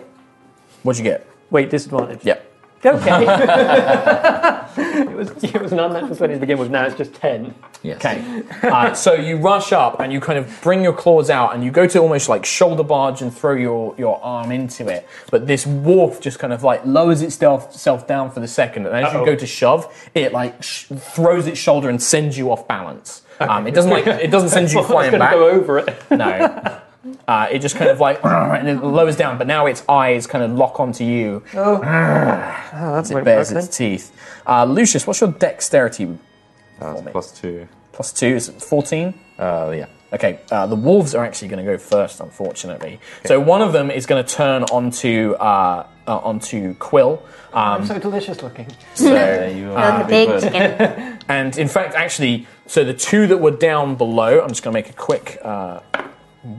Speaker 7: What'd you get?
Speaker 8: Wait, disadvantage.
Speaker 7: Yeah. <laughs>
Speaker 8: Okay. <laughs> it was it was an unnatural twenty to begin with. Now it's just ten.
Speaker 5: Yes.
Speaker 7: Okay. Uh, so you rush up and you kind of bring your claws out and you go to almost like shoulder barge and throw your, your arm into it. But this wolf just kind of like lowers itself self down for the second. And as you
Speaker 8: Uh-oh.
Speaker 7: go to shove, it like sh- throws its shoulder and sends you off balance. Um, it doesn't like it doesn't send you
Speaker 8: Well, <laughs> it's
Speaker 7: flying
Speaker 8: going to
Speaker 7: back.
Speaker 8: go over it.
Speaker 7: No. Uh, it just kind of like <laughs> and it lowers down, but now its eyes kind of lock onto you. Oh, that's it
Speaker 8: went
Speaker 7: bears
Speaker 8: back
Speaker 7: its teeth. Uh, Lucius, what's your dexterity?
Speaker 5: That's plus two.
Speaker 7: Plus two is it fourteen.
Speaker 5: Uh, yeah.
Speaker 7: Okay, uh, the wolves are actually going to go first, unfortunately. So one of them is going to turn onto uh, uh, onto Quill,
Speaker 5: <laughs>
Speaker 7: um,
Speaker 8: so delicious looking.
Speaker 7: so-
Speaker 5: you
Speaker 4: Uh, big chicken.
Speaker 7: and in fact, actually, so the two that were down below, I'm just going to make a quick uh,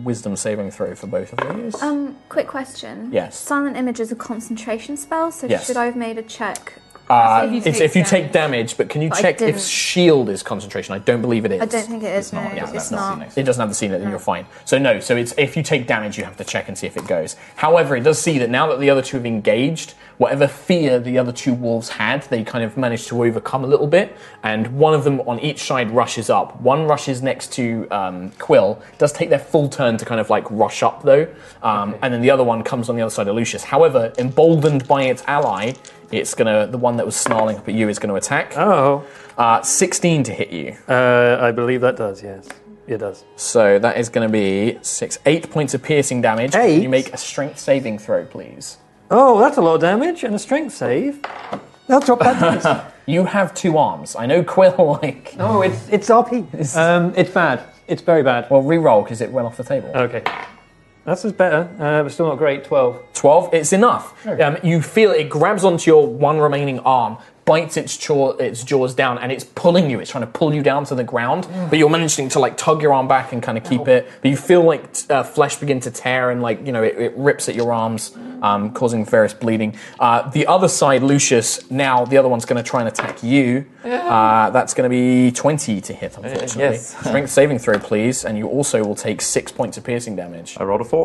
Speaker 7: wisdom saving throw for both of you.
Speaker 4: Um, quick question.
Speaker 7: Yes.
Speaker 4: Silent image is a concentration spell, so
Speaker 7: Yes.
Speaker 4: should I have made a check?
Speaker 7: Uh,
Speaker 3: if you
Speaker 7: it's
Speaker 3: take
Speaker 7: if you take damage, but can you
Speaker 4: But I
Speaker 7: check if
Speaker 4: didn't.
Speaker 7: shield is concentration? I don't believe it is.
Speaker 4: I don't think it is. no,
Speaker 7: yeah,
Speaker 4: it's
Speaker 7: that's
Speaker 4: not.
Speaker 7: It doesn't have the scene, then you're fine. So no, so it's if you take damage, you have to check and see if it goes. However, it does see that now that the other two have engaged, whatever fear the other two wolves had, they kind of managed to overcome a little bit. And one of them on each side rushes up. One rushes next to um, Quill, does take their full turn to kind of like rush up though, um, and then the other one comes on the other side of Lucius. However, emboldened by its ally, it's gonna the one that was snarling up at you is gonna attack.
Speaker 8: Oh,
Speaker 7: Uh, 16 to hit you.
Speaker 8: uh, I believe that does. Yes, it does.
Speaker 7: So that is going to be six, eight points of piercing damage. Can
Speaker 8: Eight?
Speaker 7: You make a strength saving throw, please.
Speaker 8: Oh, that's a lot of damage and a strength save. That's not bad. <laughs>
Speaker 7: You have two arms. I know Quill <laughs> like.
Speaker 8: no, it's it's RP. Um, it's bad. It's very bad.
Speaker 7: Well, re-roll because it went off the table.
Speaker 8: Okay, that's is better, uh, but still not great. Twelve.
Speaker 7: Twelve. It's enough. Um, you feel it grabs onto your one remaining arm, bites its jaw, its jaws down, and it's pulling you. It's trying to pull you down to the ground, but you're managing to like tug your arm back and kind of keep it. But you feel like t- uh, flesh begin to tear and like you know it, it rips at your arms, um, causing various bleeding. Uh, the other side, Lucius. Now the other one's going to try and attack you. Uh, that's going to be twenty to hit. Unfortunately,
Speaker 5: yes.
Speaker 7: strength saving throw, please, and you also will take six points of piercing damage.
Speaker 5: I rolled a four.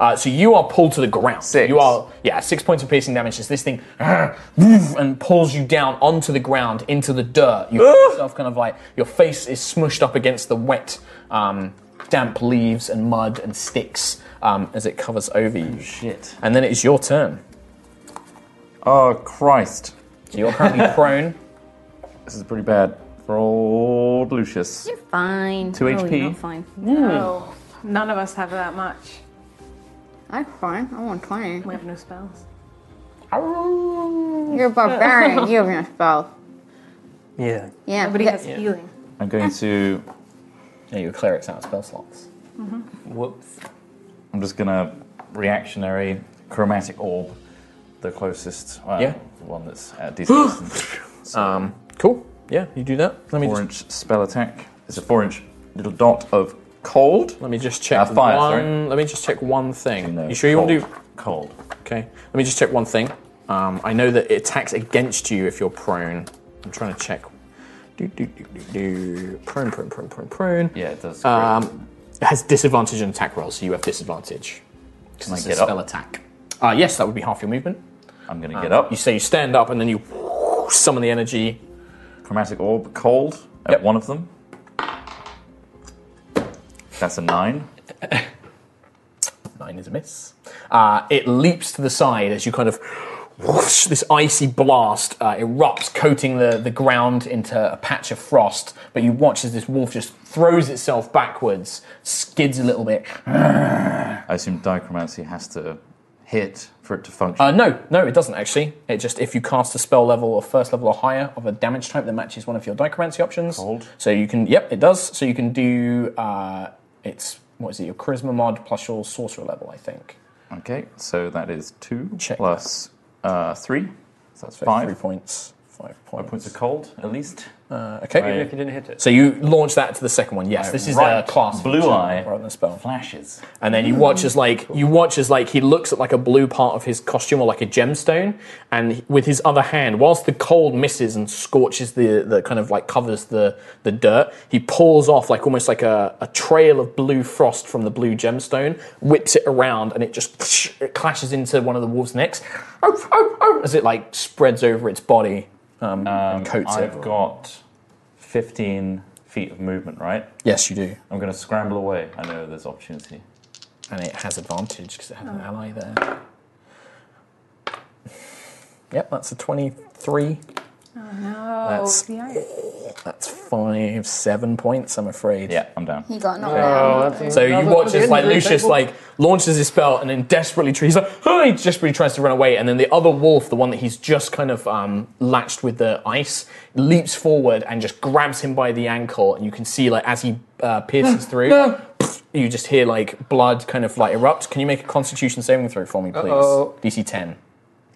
Speaker 7: Uh, so you are pulled to the ground.
Speaker 5: Six.
Speaker 7: You are yeah, six points of piercing damage. As this thing <clears throat> and pulls you down onto the ground into the dirt. You feel yourself kind of like your face is smushed up against the wet, um, damp leaves and mud and sticks um, as it covers over you.
Speaker 5: Shit.
Speaker 7: And then it is your turn.
Speaker 5: Oh, Christ.
Speaker 7: So
Speaker 5: <laughs>
Speaker 7: you're currently prone.
Speaker 5: This is pretty bad for old Lucius.
Speaker 9: You're fine.
Speaker 5: Two
Speaker 9: Oh,
Speaker 5: HP.
Speaker 9: You're not fine.
Speaker 7: Hmm.
Speaker 3: Oh, none of us have that much.
Speaker 9: I'm fine. I'm on twenty.
Speaker 3: We have no spells.
Speaker 9: You're a barbarian. you have your spell.
Speaker 8: Yeah.
Speaker 9: Yeah.
Speaker 3: Nobody
Speaker 9: yeah.
Speaker 3: has healing.
Speaker 5: I'm going to.
Speaker 7: Yeah, your cleric's out of spell slots.
Speaker 5: Mm-hmm.
Speaker 8: Whoops.
Speaker 5: I'm just going to reactionary chromatic orb, the closest. Uh,
Speaker 7: Yeah.
Speaker 5: The one that's at
Speaker 7: <gasps>
Speaker 5: decent distance.
Speaker 7: Um, cool. Yeah, you do that. Let me
Speaker 5: four
Speaker 7: just,
Speaker 5: inch spell attack. It's a four inch little dot of cold.
Speaker 7: let me just check
Speaker 5: Uh, fire,
Speaker 7: one.
Speaker 5: sorry.
Speaker 7: Let me just check one thing.
Speaker 5: No,
Speaker 7: you sure you want to do?
Speaker 5: cold. cold?
Speaker 7: Okay, let me just check one thing. Um, I know that it attacks against you if you're prone. I'm trying to check. Do, do, do, do, do. Prone, prone, prone, prone, prone.
Speaker 5: Yeah, it does.
Speaker 7: Um, it has disadvantage on attack rolls, so you have disadvantage.
Speaker 5: Can I
Speaker 7: It's a
Speaker 5: get
Speaker 7: spell
Speaker 5: up?
Speaker 7: attack. Uh, yes, that would be half your movement.
Speaker 5: I'm going to get up.
Speaker 7: You say you stand up and then you summon the energy.
Speaker 5: Chromatic orb, cold at
Speaker 7: Yep.
Speaker 5: one of them. That's a nine.
Speaker 7: Nine is a miss. Uh, it leaps to the side as you kind of whoosh, this icy blast uh, erupts, coating the, the ground into a patch of frost. But you watch as this wolf just throws itself backwards, skids a little bit.
Speaker 5: I assume dichromancy has to hit for it to function.
Speaker 7: Uh, no, no, it doesn't actually. It just if you cast a spell level or first level or higher of a damage type that matches one of your dichromancy options.
Speaker 5: Cold.
Speaker 7: So you can, yep, it does. So you can do uh, it's what is it? Your charisma mod plus your sorcerer level, I think.
Speaker 5: okay, so that is two
Speaker 7: Check.
Speaker 5: plus uh, three. So that's
Speaker 7: So
Speaker 5: five.
Speaker 7: three points. Five points.
Speaker 5: points of cold, at least.
Speaker 7: Uh, okay.
Speaker 5: Right.
Speaker 8: If you didn't hit it.
Speaker 7: So you launch that to the second one. Yes, this is
Speaker 5: Right.
Speaker 7: a class
Speaker 5: Blue
Speaker 7: feature
Speaker 5: eye.
Speaker 7: rather than a spell.
Speaker 5: Flashes.
Speaker 7: And then you watch as like you watch as like he looks at like a blue part of his costume or like a gemstone, and he- with his other hand, whilst the cold misses and scorches the the kind of like covers the the dirt, he pulls off like almost like a, a trail of blue frost from the blue gemstone, whips it around, and it just <sniffs> it clashes into one of the wolf's necks Oh, as it like spreads over its body um, and coats
Speaker 5: I've
Speaker 7: it.
Speaker 5: got 15 feet of movement, right?
Speaker 7: yes, you do,
Speaker 5: I'm going to scramble away. I know there's opportunity.
Speaker 7: and it has advantage because it has
Speaker 8: Oh.
Speaker 7: an ally there. Yep, that's a twenty-three.
Speaker 3: No,
Speaker 7: That's-
Speaker 3: the ice.
Speaker 7: That's five, seven points, I'm afraid.
Speaker 5: Yeah, I'm down.
Speaker 9: He got knocked
Speaker 8: Oh,
Speaker 9: down.
Speaker 7: So you watch as like
Speaker 8: injury
Speaker 7: Lucius
Speaker 8: table.
Speaker 7: like launches his spell and then desperately tries, he's like, "Huh," <laughs> he desperately tries to run away, and then the other wolf, the one that he's just kind of um, latched with the ice, leaps forward and just grabs him by the ankle, and you can see like as he
Speaker 8: <gasps>
Speaker 7: uh, pierces through, you just hear like blood kind of like erupt. Can you make a Constitution saving throw for me, please?
Speaker 8: Uh-oh.
Speaker 7: DC ten.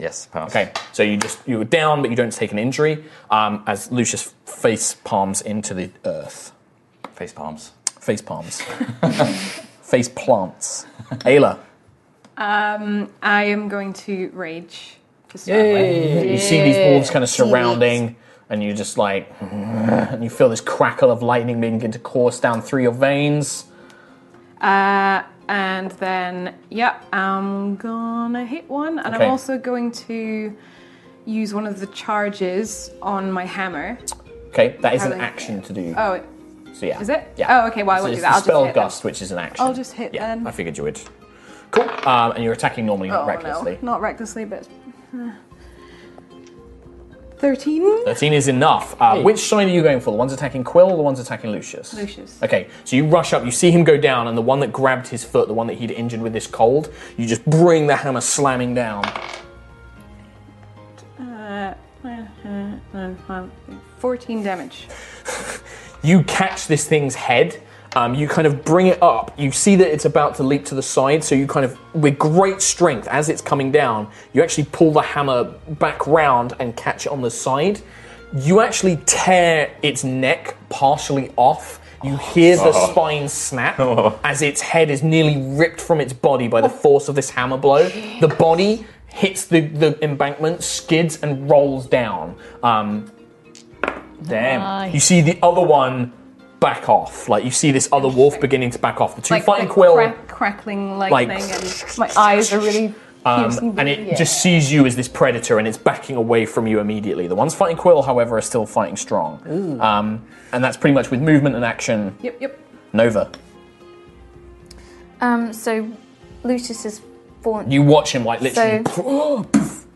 Speaker 5: Yes, pass.
Speaker 7: Okay, so you just you were down, but you don't take an injury um, as Lucius face palms into the earth.
Speaker 5: Face palms.
Speaker 7: Face palms. <laughs> face plants. Ayla.
Speaker 3: Um, I am going to rage. Just
Speaker 7: You see these wolves kind of surrounding, and you're just like, and you feel this crackle of lightning begin to course down through your veins.
Speaker 3: Uh, and then, yeah, I'm gonna hit one, and
Speaker 7: Okay.
Speaker 3: I'm also going to use one of the charges on my hammer.
Speaker 7: Okay, that is an
Speaker 3: Having-
Speaker 7: action to do.
Speaker 3: Oh,
Speaker 7: so yeah.
Speaker 3: is it?
Speaker 7: Yeah.
Speaker 3: Oh, okay, well, I
Speaker 7: So
Speaker 3: won't
Speaker 7: it's
Speaker 3: do
Speaker 7: the
Speaker 3: that. I'll just
Speaker 7: spell
Speaker 3: hit then.
Speaker 7: gust, which is an action.
Speaker 3: I'll just hit
Speaker 7: yeah,
Speaker 3: then.
Speaker 7: I figured you would. Cool. Um, and you're attacking normally, not
Speaker 3: Oh,
Speaker 7: recklessly.
Speaker 3: no. Not recklessly, but. uh, 13?
Speaker 7: 13 is enough. Uh, Which side are you going for? The one's attacking Quill or the one's attacking Lucius?
Speaker 3: Lucius.
Speaker 7: Okay, so you rush up, you see him go down, and the one that grabbed his foot, the one that he'd injured with this cold, you just bring the hammer slamming down.
Speaker 3: Uh, uh, uh, uh, 14 damage.
Speaker 7: You catch this thing's head. Um, you kind of bring it up. You see that it's about to leap to the side, so you kind of, with great strength, as it's coming down, you actually pull the hammer back round and catch it on the side. You actually tear its neck partially off. You hear the
Speaker 5: Oh.
Speaker 7: spine snap as its head is nearly ripped from its body by the force of this hammer blow. The body hits the, the embankment, skids, and rolls down. Um,
Speaker 5: Damn.
Speaker 7: you see the other one back off. Like you see this other wolf beginning to back off. The two fighting
Speaker 3: the
Speaker 7: Quill,
Speaker 3: crack- crackling
Speaker 7: like-
Speaker 3: lightning, and my eyes are really. piercing
Speaker 7: um,
Speaker 3: blue.
Speaker 7: and it just sees you as this predator, and it's backing away from you immediately. The ones fighting Quill, however, are still fighting strong. Um, and that's pretty much with movement and action.
Speaker 3: Yep, yep.
Speaker 7: Nova,
Speaker 4: Um, so Lucius is fallen.
Speaker 7: you watch him like literally.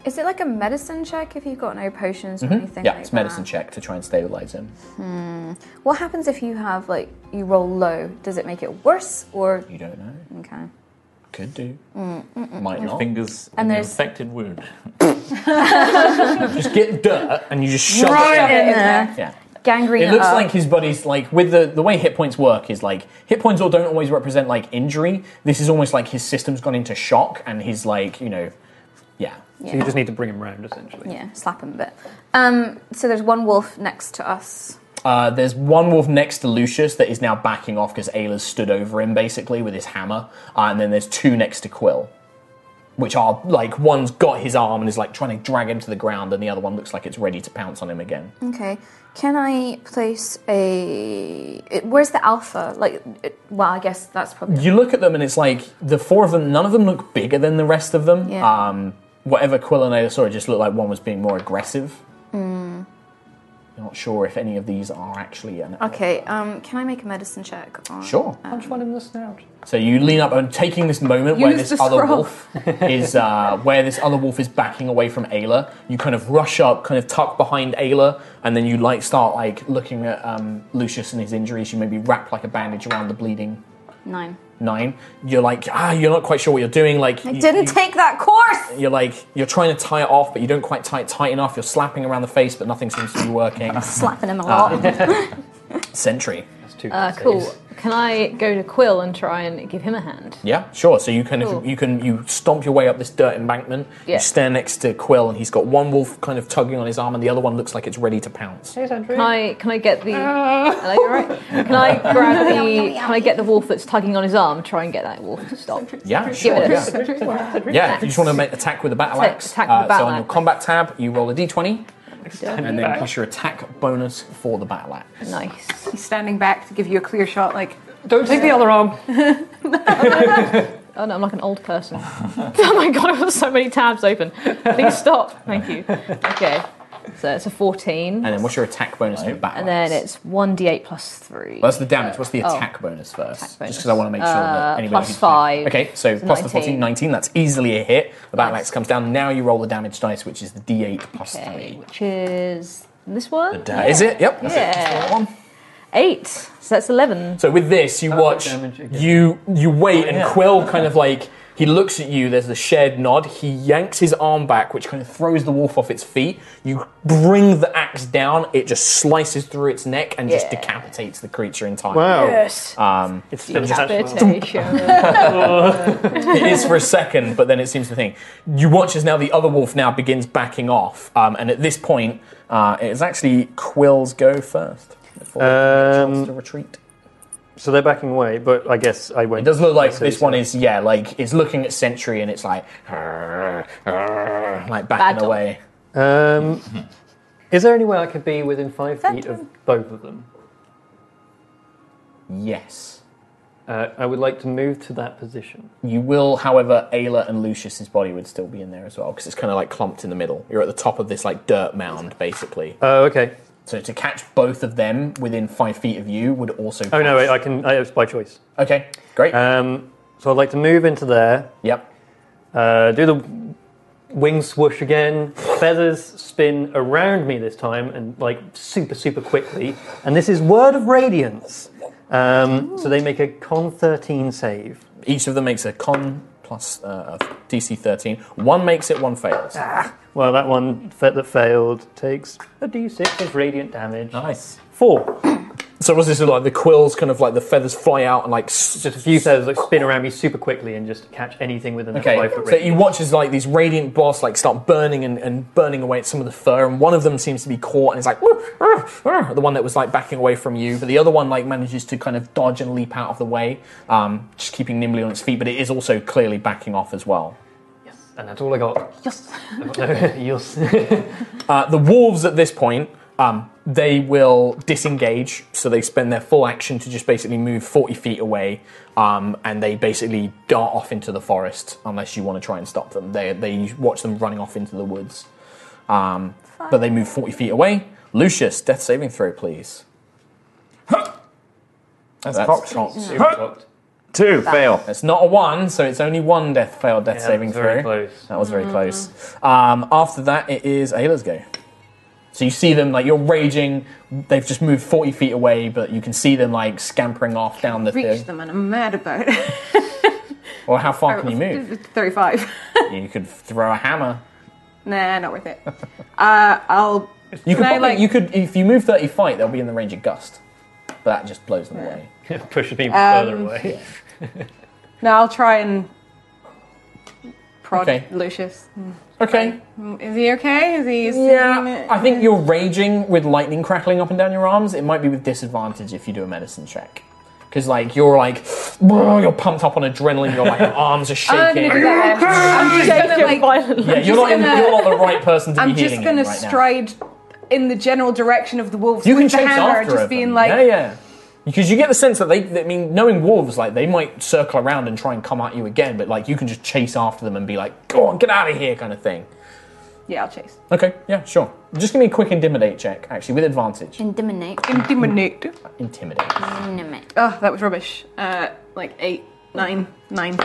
Speaker 4: Is it like a medicine check if you've got no potions or anything?
Speaker 7: <gasps> Mm-hmm. yeah,
Speaker 4: like
Speaker 7: it's medicine
Speaker 4: that?
Speaker 7: check to try and stabilize him.
Speaker 4: What happens if you have like you roll low? Does it make it worse or
Speaker 7: You don't know.
Speaker 4: okay?
Speaker 7: Could do. Might not.
Speaker 5: Fingers
Speaker 4: And
Speaker 5: and in the
Speaker 4: there's-
Speaker 5: infected wound.
Speaker 7: Just get dirt and you just shove it.
Speaker 4: Right in
Speaker 3: there.
Speaker 4: there.
Speaker 7: Yeah.
Speaker 4: Gangrene.
Speaker 7: It looks
Speaker 4: up.
Speaker 7: like
Speaker 8: Um,
Speaker 7: his body's like with the the way hit points work is like hit points all don't always represent like injury. This is almost like his system's gone into shock and he's like you know, yeah.
Speaker 8: So you just need to bring him round, essentially.
Speaker 4: yeah, slap him a bit. Um, so there's one wolf next to us.
Speaker 7: Uh, there's one wolf next to Lucius that is now backing off because Ayla's stood over him basically with his hammer, uh, and then there's two next to Quill, which are like one's got his arm and is like trying to drag him to the ground, and the other one looks like it's ready to pounce on him again.
Speaker 4: Okay. Can I place a? it- Where's the alpha? Like, it, well, I guess that's probably.
Speaker 7: You look at them and it's like the four of them. None of them look bigger than the rest of them.
Speaker 4: Yeah.
Speaker 7: Um, whatever Quill and Ayla saw, it just looked like one was being more aggressive.
Speaker 3: Hmm.
Speaker 7: You're not sure if any of these are actually an.
Speaker 4: Okay. Um, can I make a medicine check? On,
Speaker 7: Sure.
Speaker 3: Um,
Speaker 8: Punch one in the snout.
Speaker 7: So you lean up and taking this moment where
Speaker 3: Use
Speaker 7: this
Speaker 3: the
Speaker 7: other
Speaker 3: scroll. <laughs>
Speaker 7: wolf is uh, where this other wolf is backing away from Ayla. You kind of rush up, kind of tuck behind Ayla, and then you like start like looking at um, Lucius and his injuries. You maybe wrap like a bandage around the bleeding
Speaker 4: Nine.
Speaker 7: nine. You're like ah, you're not quite sure what you're doing. Like
Speaker 4: I
Speaker 7: you-
Speaker 4: didn't
Speaker 7: you-
Speaker 4: take that course.
Speaker 7: you're like you're trying to tie it off, but you don't quite tie it tight enough. You're slapping around the face, but nothing seems to be
Speaker 6: <laughs>
Speaker 4: <laughs>
Speaker 7: working.
Speaker 4: Slapping him a
Speaker 7: Ah. <laughs>
Speaker 4: lot.
Speaker 7: Sentry.
Speaker 8: That's two.
Speaker 7: Ah,
Speaker 6: Uh, cool. Can I go to Quill and try and give him a hand?
Speaker 7: Yeah, sure. So you kind of
Speaker 6: Cool.
Speaker 7: you can you stomp your way up this dirt embankment.
Speaker 6: Yeah.
Speaker 7: You stand next to Quill, and he's got one wolf kind of tugging on his arm, and the other one looks like it's ready to pounce.
Speaker 8: Hey, Sandra.
Speaker 6: Can I can I get the
Speaker 8: Uh.
Speaker 6: Hello, you alright?
Speaker 8: <laughs>
Speaker 6: Can I grab the can I get the wolf that's tugging on his arm? Try and get that wolf
Speaker 8: <laughs>
Speaker 6: to stop.
Speaker 7: Yeah,
Speaker 6: Give
Speaker 7: sure.
Speaker 6: it a
Speaker 7: Yeah. yeah. If you just want to make attack with the battle
Speaker 6: Attack-
Speaker 7: axe, uh,
Speaker 6: attack with
Speaker 7: so
Speaker 6: the battle
Speaker 7: on your
Speaker 6: axe.
Speaker 7: combat tab, you roll a d20, and then
Speaker 8: back.
Speaker 7: plus your attack bonus for the battle axe.
Speaker 6: Nice.
Speaker 3: He's standing back to give you a clear shot, like,
Speaker 8: Don't take the other arm.
Speaker 6: <laughs> Oh no, I'm like an old person. <laughs> oh my god, I've got so many tabs open. Please stop. Thank you. Okay. So it's a 14.
Speaker 7: And then what's your attack bonus for the battle
Speaker 6: And then
Speaker 7: axe?
Speaker 6: it's 1d8 plus 3.
Speaker 7: Well, that's the damage. What's the
Speaker 6: Oh.
Speaker 7: attack bonus first? Just 'cause
Speaker 6: bonus.
Speaker 7: Just because I want to make sure
Speaker 6: Uh,
Speaker 7: that anybody.
Speaker 6: plus
Speaker 7: who's-
Speaker 6: five.
Speaker 7: Okay, so
Speaker 6: So
Speaker 7: plus the 14, 19.
Speaker 6: 19.
Speaker 7: That's easily a hit. The battle
Speaker 6: Nice.
Speaker 7: axe comes down. Now you roll the damage dice, which is the d8 plus
Speaker 6: okay,
Speaker 7: 3.
Speaker 6: which is this one?
Speaker 7: That is it? Yep. That's it. That's
Speaker 6: Yeah.
Speaker 7: the one.
Speaker 6: Eight. So that's 11.
Speaker 7: So with this, you
Speaker 8: That's
Speaker 7: watch,
Speaker 8: the damage Oh, again.
Speaker 7: you you wait, and
Speaker 5: yeah.
Speaker 7: Quill kind of like he looks at you. There's the shared nod. He yanks his arm back, which kind of throws the wolf off its feet. You bring the axe down. It just slices through its neck and just
Speaker 6: Yeah.
Speaker 7: decapitates the creature entirely.
Speaker 8: Wow.
Speaker 6: Yes.
Speaker 7: Um,
Speaker 8: It's still attached. well.
Speaker 6: <laughs> Decapitation.
Speaker 7: it is for a second, but then it seems to think. You watch as now the other wolf now begins backing off, um, and at this point, uh, it's actually Quill's go first. Before he gets a chance
Speaker 8: Um,
Speaker 7: to retreat.
Speaker 8: So they're backing away, but I guess I won't.
Speaker 7: It does look like
Speaker 8: I see,
Speaker 7: this
Speaker 8: so-
Speaker 7: one is yeah, like it's looking at Sentry and it's like like backing
Speaker 6: dog.
Speaker 7: away.
Speaker 8: Um,
Speaker 7: <laughs>
Speaker 8: is there any way I could be within five feet of both of them?
Speaker 7: Yes.
Speaker 8: Uh, I would like to move to that position.
Speaker 7: You will, however, Ayla and Lucius's body would still be in there as well because it's kind of like clumped in the middle. You're at the top of this like dirt mound, basically.
Speaker 8: Oh, okay.
Speaker 7: So to catch both of them within five feet of you would also.
Speaker 8: Oh no,
Speaker 7: pass.
Speaker 8: wait, I can. I, it's by choice.
Speaker 7: Okay, great.
Speaker 8: Um, so I'd like to move into there,
Speaker 7: yep.
Speaker 8: uh, do the wing swoosh again, feathers spin around me this time, and like super, super quickly. And this is Word of Radiance. Um, so they make a con 13 save.
Speaker 7: Each of them makes a con plus uh, a DC 13. One makes it, one fails.
Speaker 8: Well, that one fa- that failed takes a d6 of radiant damage.
Speaker 7: Nice.
Speaker 8: Four.
Speaker 7: So was this like the quills, kind of like the feathers fly out and like s-
Speaker 8: Just a few feathers that spin around me super quickly and just catch anything within that
Speaker 7: Okay,
Speaker 8: five foot
Speaker 7: so you
Speaker 8: radius.
Speaker 7: watch as like these radiant boss like start burning and, and burning away at some of the fur, and one of them seems to be caught and it's like "Woof, woof, woof," the one that was like backing away from you, but the other one like manages to kind of dodge and leap out of the way, um, just keeping nimbly on its feet, but it is also clearly backing off as well.
Speaker 8: And that's all I got. <laughs> Yes.
Speaker 7: Uh, the wolves at this point, um, they will disengage, so they spend their full action to just basically move 40 feet away, um, and they basically dart off into the forest unless you want to try and stop them. They, they watch them running off into the woods. Um, but they move 40 feet away. Lucius, death saving throw, please.
Speaker 5: That's,
Speaker 7: That's
Speaker 5: cocked.
Speaker 7: cocked.
Speaker 5: Two, fail.
Speaker 7: It's not a one, so it's only one death failed death
Speaker 8: Yeah,
Speaker 7: saving
Speaker 8: that's
Speaker 7: throw.
Speaker 8: very close. <laughs>
Speaker 7: That was very
Speaker 3: Mm-hmm.
Speaker 7: close. Um, after that, it is Ayla's go. So you see them like you're raging. They've just moved forty feet away, but you can see them like scampering off down the
Speaker 3: Reach
Speaker 7: thing.
Speaker 3: them, and I'm mad about it.
Speaker 7: Or how far can
Speaker 3: <laughs>
Speaker 7: you move?
Speaker 3: 35.
Speaker 7: You could throw a hammer.
Speaker 3: nah, not worth it. <laughs> Uh, I'll.
Speaker 7: You could
Speaker 3: I,
Speaker 7: probably,
Speaker 3: like-
Speaker 7: you could if you move thirty feet, they'll be in the range of gust. But that just blows them away.
Speaker 8: Push
Speaker 3: Um,
Speaker 8: people further away.
Speaker 3: No, I'll try and. Prod
Speaker 7: Okay.
Speaker 3: Lucius. Mm.
Speaker 7: Okay.
Speaker 3: Is he okay? Is he.
Speaker 7: Yeah, I think you're raging with lightning crackling up and down your arms. It might be with disadvantage if you do a medicine check. Because, like, you're like, <sighs> you're pumped up on adrenaline, you're like, your <laughs> arms are
Speaker 3: I'm
Speaker 7: shaking.
Speaker 3: gonna do that then. Uh, I'm just gonna like.
Speaker 7: yeah, <laughs> you're not, in,
Speaker 3: gonna-
Speaker 7: you're not the right person to
Speaker 3: I'm
Speaker 7: be
Speaker 3: just
Speaker 7: healing
Speaker 3: gonna
Speaker 7: in right now.
Speaker 3: stride in the general direction of the wolves
Speaker 7: You
Speaker 3: with
Speaker 7: can
Speaker 3: the
Speaker 7: chase
Speaker 3: hammer,
Speaker 7: after
Speaker 3: just
Speaker 7: them.
Speaker 3: being like,
Speaker 7: yeah, yeah. Because you get the sense that they, I mean, knowing wolves, like they might circle around and try and come at you again, but like you can just chase after them and be like, "Go on, get out of here," kind of thing.
Speaker 3: yeah, I'll chase.
Speaker 7: Okay, yeah, sure. Just give me a quick intimidate check, actually, with advantage.
Speaker 4: Intimidate.
Speaker 3: Intimidate.
Speaker 7: Intimidate.
Speaker 4: Intimidate.
Speaker 3: Oh, that was rubbish. Uh, like eight, nine, nine.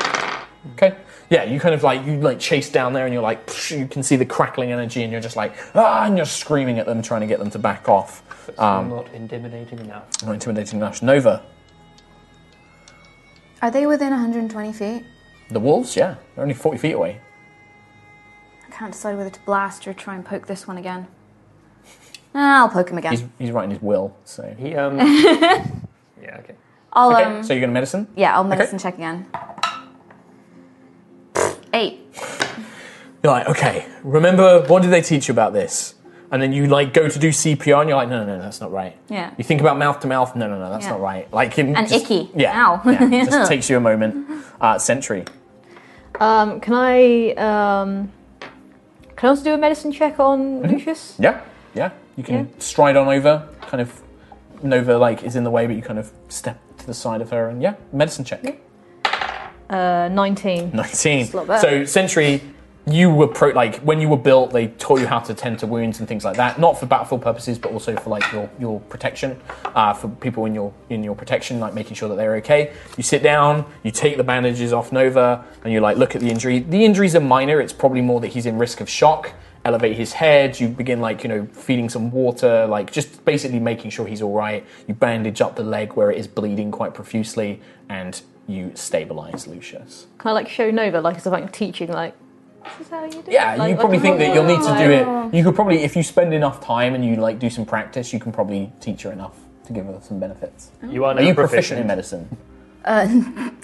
Speaker 7: Okay. Yeah, you kind of like you like chase down there, and you're like psh, you can see the crackling energy, and you're just like ah, and you're screaming at them, trying to get them to back off. Um,
Speaker 8: I'm not intimidating enough.
Speaker 7: Not intimidating enough. Nova,
Speaker 4: Are they within 120 feet?
Speaker 7: the wolves. Yeah, they're only forty feet away.
Speaker 4: I can't decide whether to blast or try and poke this one again. <laughs> Ah, I'll poke him again.
Speaker 7: He's he's writing his will. So
Speaker 8: He,
Speaker 3: <laughs>
Speaker 8: um, yeah, okay.
Speaker 4: I'll
Speaker 7: okay,
Speaker 4: um,
Speaker 7: so you're gonna medicine.
Speaker 4: yeah, I'll medicine check again. Eight.
Speaker 7: You're like okay, remember what did they teach you about this? And then you like go to do CPR, and you're like no, no, no, that's not right.
Speaker 4: Yeah.
Speaker 7: You think about mouth to mouth. No, no, no, that's
Speaker 4: Yeah.
Speaker 7: not right. Like him.
Speaker 4: And
Speaker 7: just-
Speaker 4: icky.
Speaker 7: Yeah.
Speaker 4: Ow.
Speaker 7: <laughs>
Speaker 4: <laughs>
Speaker 7: yeah. Just takes you a moment. Uh, Sentry.
Speaker 6: Um, can I um, can I also do a medicine check on Lucius?
Speaker 7: Mm-hmm. Yeah, yeah. You can stride on over, kind of. Nova like is in the way, but you kind of step to the side of her, and yeah, medicine check.
Speaker 6: Uh, Nineteen.
Speaker 7: Nineteen.
Speaker 6: a lot
Speaker 7: So
Speaker 6: better.
Speaker 7: Sentry, you were pro like when you were built, they taught you how to tend to wounds and things like that, not for battlefield purposes, but also for like your your protection, uh, for people in your in your protection, like making sure that they're okay. You sit down, you take the bandages off Nova, and you like look at the injury. The injuries are minor. It's probably more that he's in risk of shock. Elevate his head. You begin like you know feeding some water, like just basically making sure he's all right. You bandage up the leg where it is bleeding quite profusely, and you stabilize Lucius.
Speaker 6: Can I like show Nova like as if I'm teaching like? This is how you do. it,
Speaker 7: Yeah,
Speaker 6: like-
Speaker 7: you
Speaker 6: like-
Speaker 7: probably think that you'll need to do it. You could
Speaker 4: uh,
Speaker 7: probably, if you spend enough time and you like do some practice, you can probably teach her enough to give her some benefits.
Speaker 8: You are,
Speaker 7: Are
Speaker 8: now
Speaker 7: you
Speaker 8: proficient.
Speaker 7: proficient in medicine?
Speaker 4: Uh,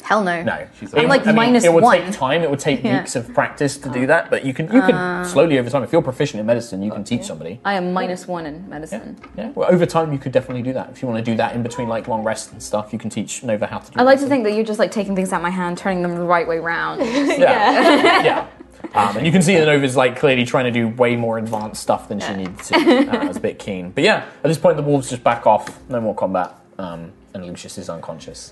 Speaker 4: hell no.
Speaker 7: No, she's
Speaker 4: I'm like minus
Speaker 7: it would
Speaker 4: one.
Speaker 7: take time. It would take
Speaker 4: Yeah. Uh,
Speaker 7: weeks of practice to do that, but you can you can slowly over time. If you're proficient in medicine, you can teach somebody.
Speaker 4: I am minus one in medicine.
Speaker 7: Yeah. Well, over time, you could definitely do that. If you want to do that in between like long rests and stuff, you can teach Nova how to do.
Speaker 4: I like to think that you're just like taking things out of my hand, turning them the right way <laughs> round.
Speaker 7: Yeah. yeah. Um, and you can see that Nova's like clearly trying to do way more advanced stuff than she needed to. Uh, I was a bit keen, but yeah. At this point, the wolves just back off. No more combat, um, and Lucius is unconscious.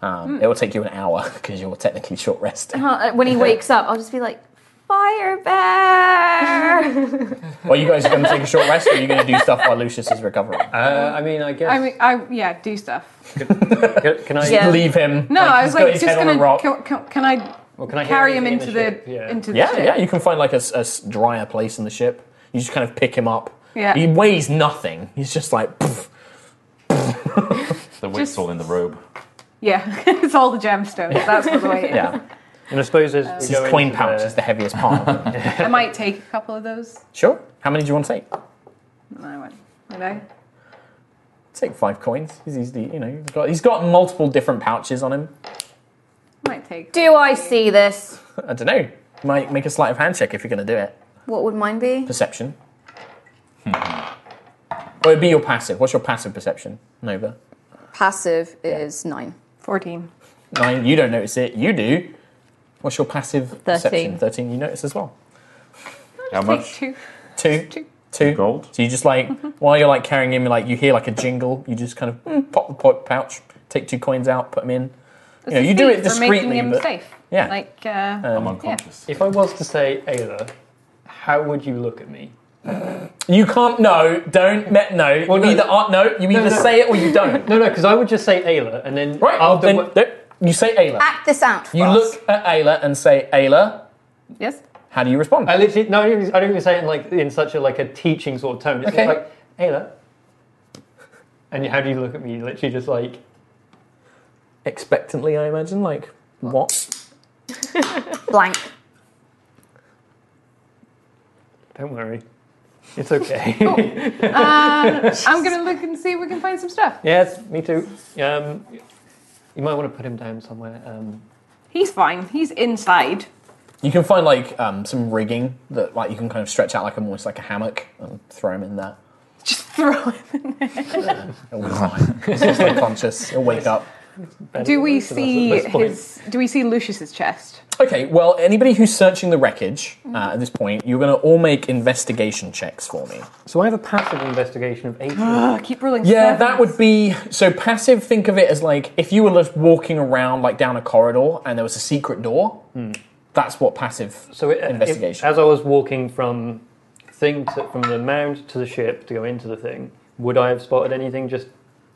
Speaker 7: Um,
Speaker 3: Hmm.
Speaker 7: It will take you an hour because you're technically short rest.
Speaker 4: Uh, when he wakes up, I'll just be like, Fire bear!
Speaker 7: Well, you guys are going to take a short rest, or are you going to do stuff while Lucius is recovering?
Speaker 8: Uh, I mean, I guess.
Speaker 3: I mean, I yeah, do stuff.
Speaker 8: can, can I?
Speaker 4: Yeah.
Speaker 7: Leave him.
Speaker 3: No, I was
Speaker 7: he's got
Speaker 3: like,
Speaker 7: his
Speaker 3: just
Speaker 7: head on a
Speaker 3: gonna.
Speaker 7: rock.
Speaker 3: Can, can, can I
Speaker 8: Well, can I hear
Speaker 3: carry him into
Speaker 8: anything
Speaker 3: the,
Speaker 8: in ship? Yeah.
Speaker 3: into the
Speaker 7: Yeah,
Speaker 3: ship?
Speaker 7: yeah. You can find like a, s- a s- drier place in the ship. You just kind of pick him up.
Speaker 3: Yeah.
Speaker 7: He weighs nothing. He's just like. poof.
Speaker 5: The wig's all in the robe.
Speaker 3: Yeah, <laughs> it's all the gemstones. That's what the way it is.
Speaker 7: Yeah.
Speaker 8: and I suppose as
Speaker 3: Oh.
Speaker 8: we
Speaker 7: His
Speaker 8: go
Speaker 7: coin
Speaker 8: into
Speaker 7: pouch
Speaker 8: the-
Speaker 7: is the heaviest part. of him.
Speaker 3: I might take a couple of those.
Speaker 7: sure. How many do you want to take?
Speaker 3: And I went, did I?
Speaker 7: Take five coins. He's easily, you know, he's got, he's got multiple different pouches on him.
Speaker 3: Might take.
Speaker 4: <laughs> Do I see this?
Speaker 7: I don't know. Might make a sleight of hand check if you're going to do it.
Speaker 4: What would mine be?
Speaker 7: Perception. Or it'd be your passive. What's your passive perception, Nova?
Speaker 4: Passive is nine.
Speaker 3: 14.
Speaker 7: Nine, you don't notice it. You do. What's your passive perception?
Speaker 6: Thirteen.
Speaker 7: Thirteen. You notice as well.
Speaker 5: How
Speaker 3: Take
Speaker 5: much?
Speaker 3: two.
Speaker 7: Two.
Speaker 3: Two.
Speaker 7: Two.
Speaker 5: Gold.
Speaker 7: So you just like while you're like carrying him, like you hear like a jingle. You just kind of mm, pop the po- pouch, take two coins out, put them in. You know, you do it
Speaker 3: Safe For making
Speaker 7: discreetly,
Speaker 3: him
Speaker 7: but
Speaker 3: safe.
Speaker 7: Um, yeah.
Speaker 3: Like, uh,
Speaker 5: I'm unconscious.
Speaker 8: If I was to say Ayla, how would you look at me?
Speaker 7: you can't. No, don't. Me, no,
Speaker 8: Well,
Speaker 7: you
Speaker 8: no.
Speaker 7: either are, no, you either
Speaker 8: no.
Speaker 7: say it or you
Speaker 8: <laughs>
Speaker 7: don't.
Speaker 8: No, no, because I would just say Ayla, and then
Speaker 7: right.
Speaker 8: after
Speaker 7: then,
Speaker 8: what-
Speaker 7: there- you say Ayla.
Speaker 4: Act this out. for
Speaker 7: you
Speaker 4: us.
Speaker 7: look at Ayla and say Ayla.
Speaker 3: yes?
Speaker 7: How do you respond?
Speaker 8: I literally no, I don't, even, I don't even say it in like in such a like a teaching sort of tone. It's
Speaker 7: Okay.
Speaker 8: just like Ayla, and how do you look at me? Literally, just like
Speaker 7: Expectantly, I imagine. Like what?
Speaker 4: blank.
Speaker 8: don't worry, it's
Speaker 3: <laughs>
Speaker 8: okay.
Speaker 3: I'm going to look and see if we can find some stuff.
Speaker 8: <laughs> yes, me too. Um, you might want to put him down somewhere. Um,
Speaker 3: He's fine. He's inside. <laughs>
Speaker 7: You can find like um, some rigging that like you can kind of stretch out like almost like a hammock and throw him in there.
Speaker 3: Just throw him.
Speaker 7: It'll be fine. He's just unconscious. He'll wake up.
Speaker 3: Do we
Speaker 8: That's- that's
Speaker 3: see
Speaker 8: the point.
Speaker 3: his? Do we see Lucius's chest?
Speaker 7: Okay, well, anybody who's searching the wreckage uh, at this point, you're going to all make investigation checks for me.
Speaker 8: So I have a passive investigation of eighteen.
Speaker 3: <gasps> I keep rolling.
Speaker 7: Oh,
Speaker 3: sevens.
Speaker 7: Yeah, that would be so passive. Think of it as like if you were just walking around like down a corridor and there was a secret door. That's what passive.
Speaker 8: Hmm. So it, it-
Speaker 7: Investigation.
Speaker 8: as I was walking from thing to, from the mound to the ship to go into the thing, would I have spotted anything just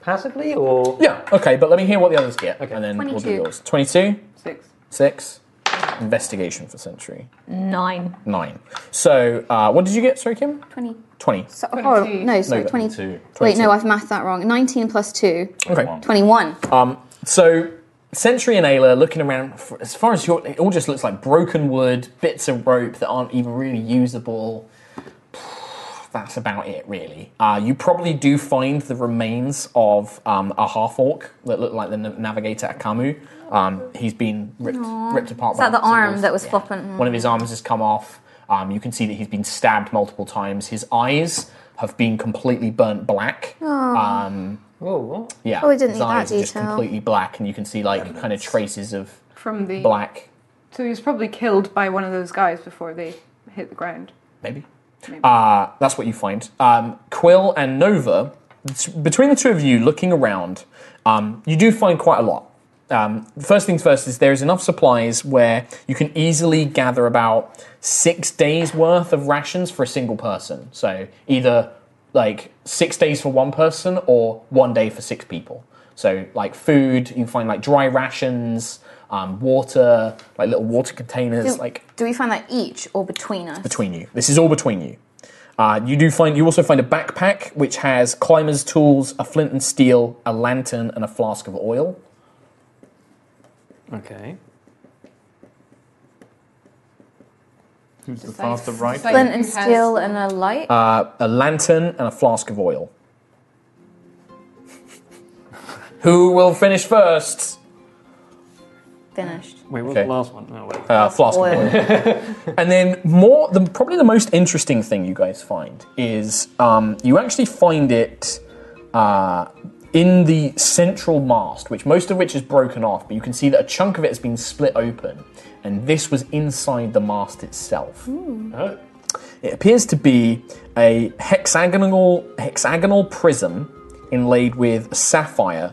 Speaker 8: passively or?
Speaker 7: yeah, okay, but let me hear what the others get,
Speaker 8: Okay.
Speaker 7: and then we'll
Speaker 4: 22.
Speaker 7: do yours. Twenty-two,
Speaker 3: six.
Speaker 7: six, investigation for century
Speaker 6: Nine.
Speaker 7: nine. So uh, what did you get, sorry, Kim?
Speaker 4: 20.
Speaker 7: Twenty.
Speaker 4: So, oh,
Speaker 3: Twenty.
Speaker 4: no, sorry,
Speaker 7: No,
Speaker 4: 20.
Speaker 5: Two.
Speaker 4: Wait, no, I've mathed that wrong. 19 plus 2,
Speaker 7: Okay.
Speaker 4: 21.
Speaker 7: Um, so Sentry and Ayla looking around, f as far as your, it all just looks like broken wood, bits of rope that aren't even really usable. <sighs> That's about it, really. Uh, you probably do find the remains of um, a half orc that looked like the nav- navigator Akamu. Um, he's been ripped, ripped apart.
Speaker 4: Is that the arm that was
Speaker 7: flopping?
Speaker 4: flopping?
Speaker 7: One of his arms has come off. Um, you can see that he's been stabbed multiple times. His eyes have been completely burnt black. Um,
Speaker 8: Whoa, what?
Speaker 7: yeah,
Speaker 4: Probably Oh, didn't
Speaker 7: his
Speaker 4: need that
Speaker 7: eyes are just
Speaker 4: detail.
Speaker 7: completely black, and you can see like kind of traces of
Speaker 3: From the
Speaker 7: black,
Speaker 3: So he was probably killed by one of those guys before they hit the ground.
Speaker 7: maybe. Uh, that's what you find. Um, Quill and Nova, t- between the two of you, looking around, um, you do find quite a lot. Um, first things first is there is enough supplies where you can easily gather about six days worth of rations for a single person. So either like six days for one person or one day for six people. So like food, you can find like dry rations, um, water, like little water containers,
Speaker 4: Do-
Speaker 7: like
Speaker 4: Do we find that each or between us?
Speaker 7: between you. This is all between you. Uh, you do find you also find a backpack which has climbers' tools, a flint and steel, a lantern, and a flask of oil.
Speaker 8: Okay.
Speaker 5: Who's the faster right?
Speaker 4: Flint and steel and a light?
Speaker 7: Uh, a lantern and a flask of oil. <laughs> Who will finish first?
Speaker 4: Finished.
Speaker 8: Wait, what was
Speaker 7: Okay.
Speaker 8: the last one? No, wait.
Speaker 7: Uh, flask.
Speaker 4: Oil.
Speaker 7: And then more, the, probably the most interesting thing you guys find is um, you actually find it uh, in the central mast, which most of which is broken off, but you can see that a chunk of it has been split open, and this was inside the mast itself. Uh,
Speaker 8: Oh.
Speaker 7: It appears to be a hexagonal hexagonal prism inlaid with sapphire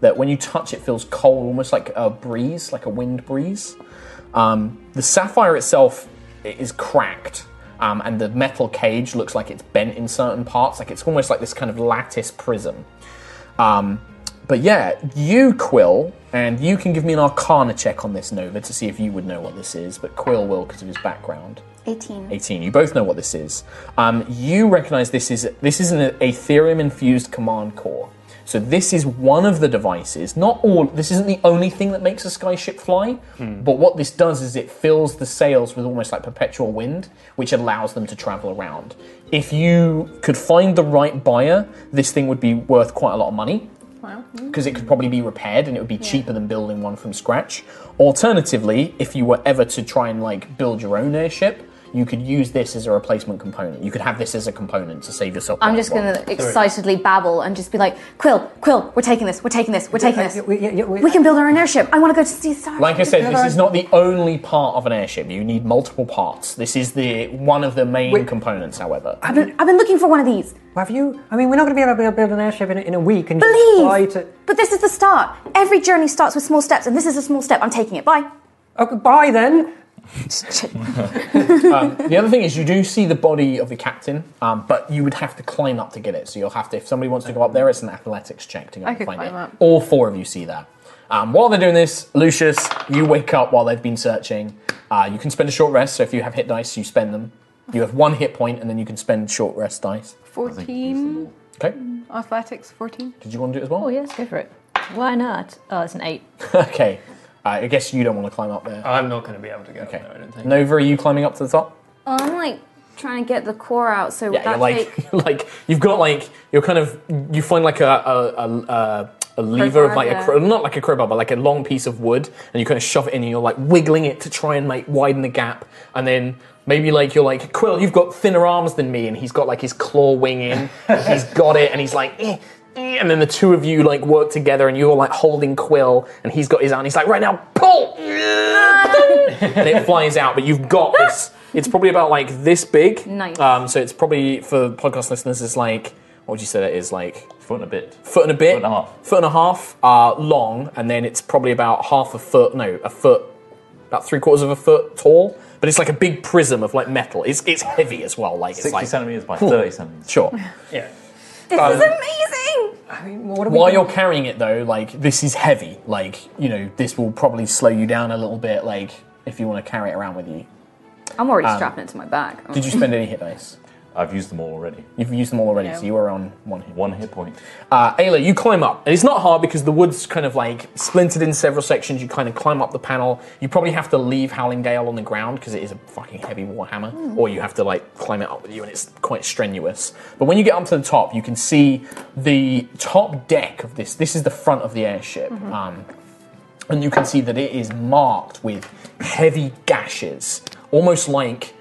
Speaker 7: that when you touch it feels cold, almost like a breeze, like a wind breeze. Um, the sapphire itself i- is cracked, um, and the metal cage looks like it's bent in certain parts. Like it's almost like this kind of lattice prism. Um, but yeah, you Quill, and you can give me an Arcana check on this Nova to see if you would know what this is. But Quill will because of his background.
Speaker 4: 18.
Speaker 7: 18. You both know what this is. Um, you recognize this is this is an Ethereum infused command core. So this is one of the devices. Not all. This isn't the only thing that makes a skyship fly. But what this does is it fills the sails with almost like perpetual wind, which allows them to travel around. If you could find the right buyer, this thing would be worth quite a lot of money because it could probably be repaired and it would be cheaper than building one from scratch. Alternatively, if you were ever to try and like build your own airship, you could use this as a replacement component. You could have this as a component to save yourself.
Speaker 4: I'm
Speaker 7: buying
Speaker 4: just
Speaker 7: one.
Speaker 4: gonna excitedly babble and just be like, Quill, Quill, we're taking this, we're taking this, we're taking this.
Speaker 8: Uh, yeah, yeah,
Speaker 4: We can build our own airship. I want to go to see the stars.
Speaker 7: Like I said, this is not the only part of an airship. You need multiple parts. This is the one of the main components, however.
Speaker 4: I've been, I've been looking for one of these.
Speaker 8: Have you? I mean, we're not going to be able to build an airship in, in a week and just fly
Speaker 4: Believe.
Speaker 8: to.
Speaker 4: But this is the start. Every journey starts with small steps, and this is a small step. I'm taking it. Bye.
Speaker 8: Oh, goodbye then.
Speaker 7: The other thing is, you do see the body of the captain, um, but you would have to climb up to get it. So you'll have to, if somebody wants to go up there, it's an athletics check to go
Speaker 3: I
Speaker 7: and
Speaker 3: could
Speaker 7: find
Speaker 3: climb
Speaker 7: it.
Speaker 3: up.
Speaker 7: All four of you see that. Um, while they're doing this, Lucius, you wake up while they've been searching. Uh, you can spend a short rest, so if you have hit dice, you spend them. You have one hit point, and then you can spend short rest dice.
Speaker 3: 14.
Speaker 7: Okay.
Speaker 3: Athletics, 14.
Speaker 7: Did you want to do it as well?
Speaker 6: Oh, yes, go for it. Why not? Oh, it's an eight.
Speaker 7: <laughs> Okay. Uh, I guess you don't want to climb up there.
Speaker 8: I'm not going to be able to go
Speaker 7: Okay.
Speaker 8: there. Uh, I don't think.
Speaker 7: Nova, are you climbing up to the top?
Speaker 4: I'm like trying to get the core out, so
Speaker 7: Yeah,
Speaker 4: that
Speaker 7: you're like,
Speaker 4: take.
Speaker 7: <laughs> like you've got like you're kind of you find like a a, a, a, a lever of
Speaker 4: Crowbar,
Speaker 7: like a
Speaker 4: yeah.
Speaker 7: cro- not like a crowbar but like a long piece of wood and you kind of shove it in and you're like wiggling it to try and like widen the gap and then maybe like you're like Quill you've got thinner arms than me and he's got like his claw wing in and he's got it and he's like. Eh. eh," And then the two of you like work together, and you're like holding Quill, and he's got his arm. and He's like, right now, pull, and it flies out. But you've got this. It's probably about like this big.
Speaker 4: Nice.
Speaker 7: Um, so it's probably for podcast listeners, it's like what would you say that is like
Speaker 5: Foot and a bit.
Speaker 7: foot and a bit,
Speaker 5: Foot and a half.
Speaker 7: foot and a half uh, long, and then it's probably about half a foot, no, a foot, about three quarters of a foot tall. But it's like a big prism of like metal. It's it's heavy as well. Like it's
Speaker 5: 60
Speaker 7: like
Speaker 5: centimeters by 30 centimeters.
Speaker 7: sure.
Speaker 8: Yeah.
Speaker 4: <laughs> This is amazing.
Speaker 7: While you're carrying it though, like this is heavy. Like you know, this will probably slow you down a little bit. Like if you want to carry it around with you.
Speaker 4: I'm already strapping it to my back.
Speaker 7: Um, Did you spend any hit dice?
Speaker 5: I've used them all already.
Speaker 7: You've used them all already,
Speaker 3: Yeah.
Speaker 7: so you are on one hit.
Speaker 5: One hit point.
Speaker 7: Uh, Ayla, you climb up, and it's not hard because the wood's kind of like splintered in several sections. You kind of climb up the panel. You probably have to leave Howling Gale on the ground because it is a fucking heavy warhammer, or you have to like climb it up with you, and it's quite strenuous. But when you get up to the top, you can see the top deck of this. This is the front of the airship. Um, and you can see that it is marked with heavy gashes, almost like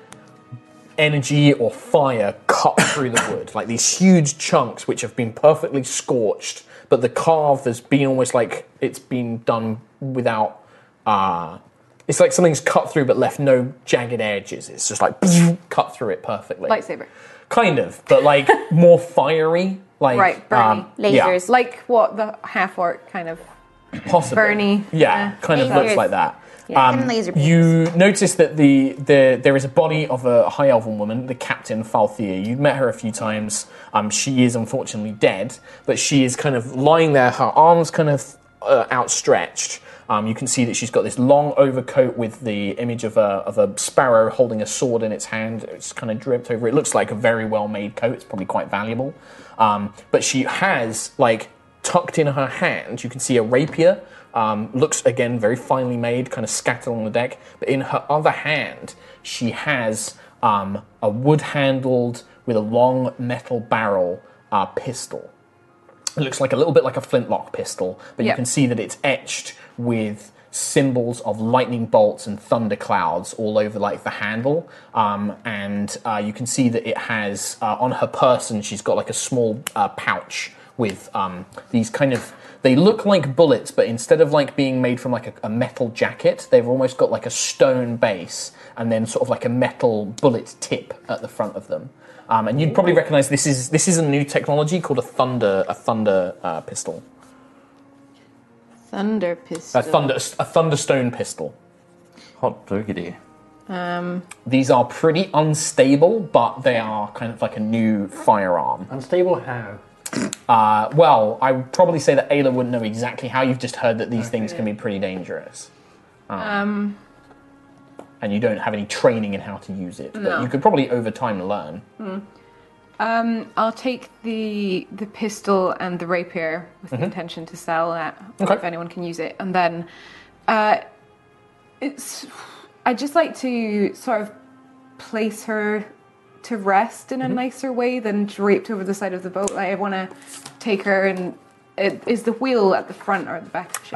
Speaker 7: energy or fire cut through the wood, like these huge chunks which have been perfectly scorched, but the carve has been almost like it's been done without. Uh, it's like something's cut through but left no jagged edges. It's just like <laughs> cut through it perfectly.
Speaker 3: Lightsaber.
Speaker 7: Kind of, but like more fiery. Like um,
Speaker 3: Right, Bernie.
Speaker 7: yeah.
Speaker 4: Lasers.
Speaker 3: Like what the half orc kind of.
Speaker 7: possibly.
Speaker 3: Bernie.
Speaker 7: Yeah,
Speaker 3: Yeah.
Speaker 7: kind of looks
Speaker 4: Lasers.
Speaker 7: like that. Um,
Speaker 4: And laser beams.
Speaker 7: you notice that the, the there is a body of a high elven woman, the captain Falthea. You've met her a few times. Um, she is unfortunately dead, but she is kind of lying there, her arms kind of uh, outstretched. Um, you can see that she's got this long overcoat with the image of a, of a sparrow holding a sword in its hand. It's kind of draped over. It looks like a very well made coat. It's probably quite valuable. Um, but she has like tucked in her hand, you can see a rapier. Um, looks again very finely made, kind of scattered on the deck. But in her other hand, she has um, a wood handled with a long metal barrel uh, pistol. It looks like a little bit like a flintlock pistol, but you
Speaker 3: Yeah.
Speaker 7: can see that it's etched with symbols of lightning bolts and thunder clouds all over like the handle um, and uh, you can see that it has uh, on her person she's got like a small uh, pouch with um, these kind of they look like bullets but instead of like being made from like a, a metal jacket they've almost got like a stone base and then sort of like a metal bullet tip at the front of them um, and you'd probably recognise this is this is a new technology called a thunder a thunder uh, pistol,
Speaker 3: Thunder pistol.
Speaker 7: a thunder a thunderstone pistol.
Speaker 5: Hot diggity.
Speaker 3: Um,
Speaker 7: These are pretty unstable, but they are kind of like a new firearm.
Speaker 8: Unstable how? <laughs>
Speaker 7: Uh, well, I would probably say that Ayla wouldn't know exactly how. You've just heard that these things can be pretty dangerous,
Speaker 3: um,
Speaker 7: and you don't have any training in how to use it. But
Speaker 3: No.
Speaker 7: you could probably over time learn.
Speaker 3: um, I'll take the the pistol and the rapier with the intention to sell that
Speaker 7: Mm-hmm. Okay.
Speaker 3: if anyone can use it, and then uh, it's. I just like to sort of place her to rest
Speaker 7: Mm-hmm.
Speaker 3: in a nicer way than draped over the side of the boat. Like I want to take her and. It, is the wheel at the front or at the back of the ship?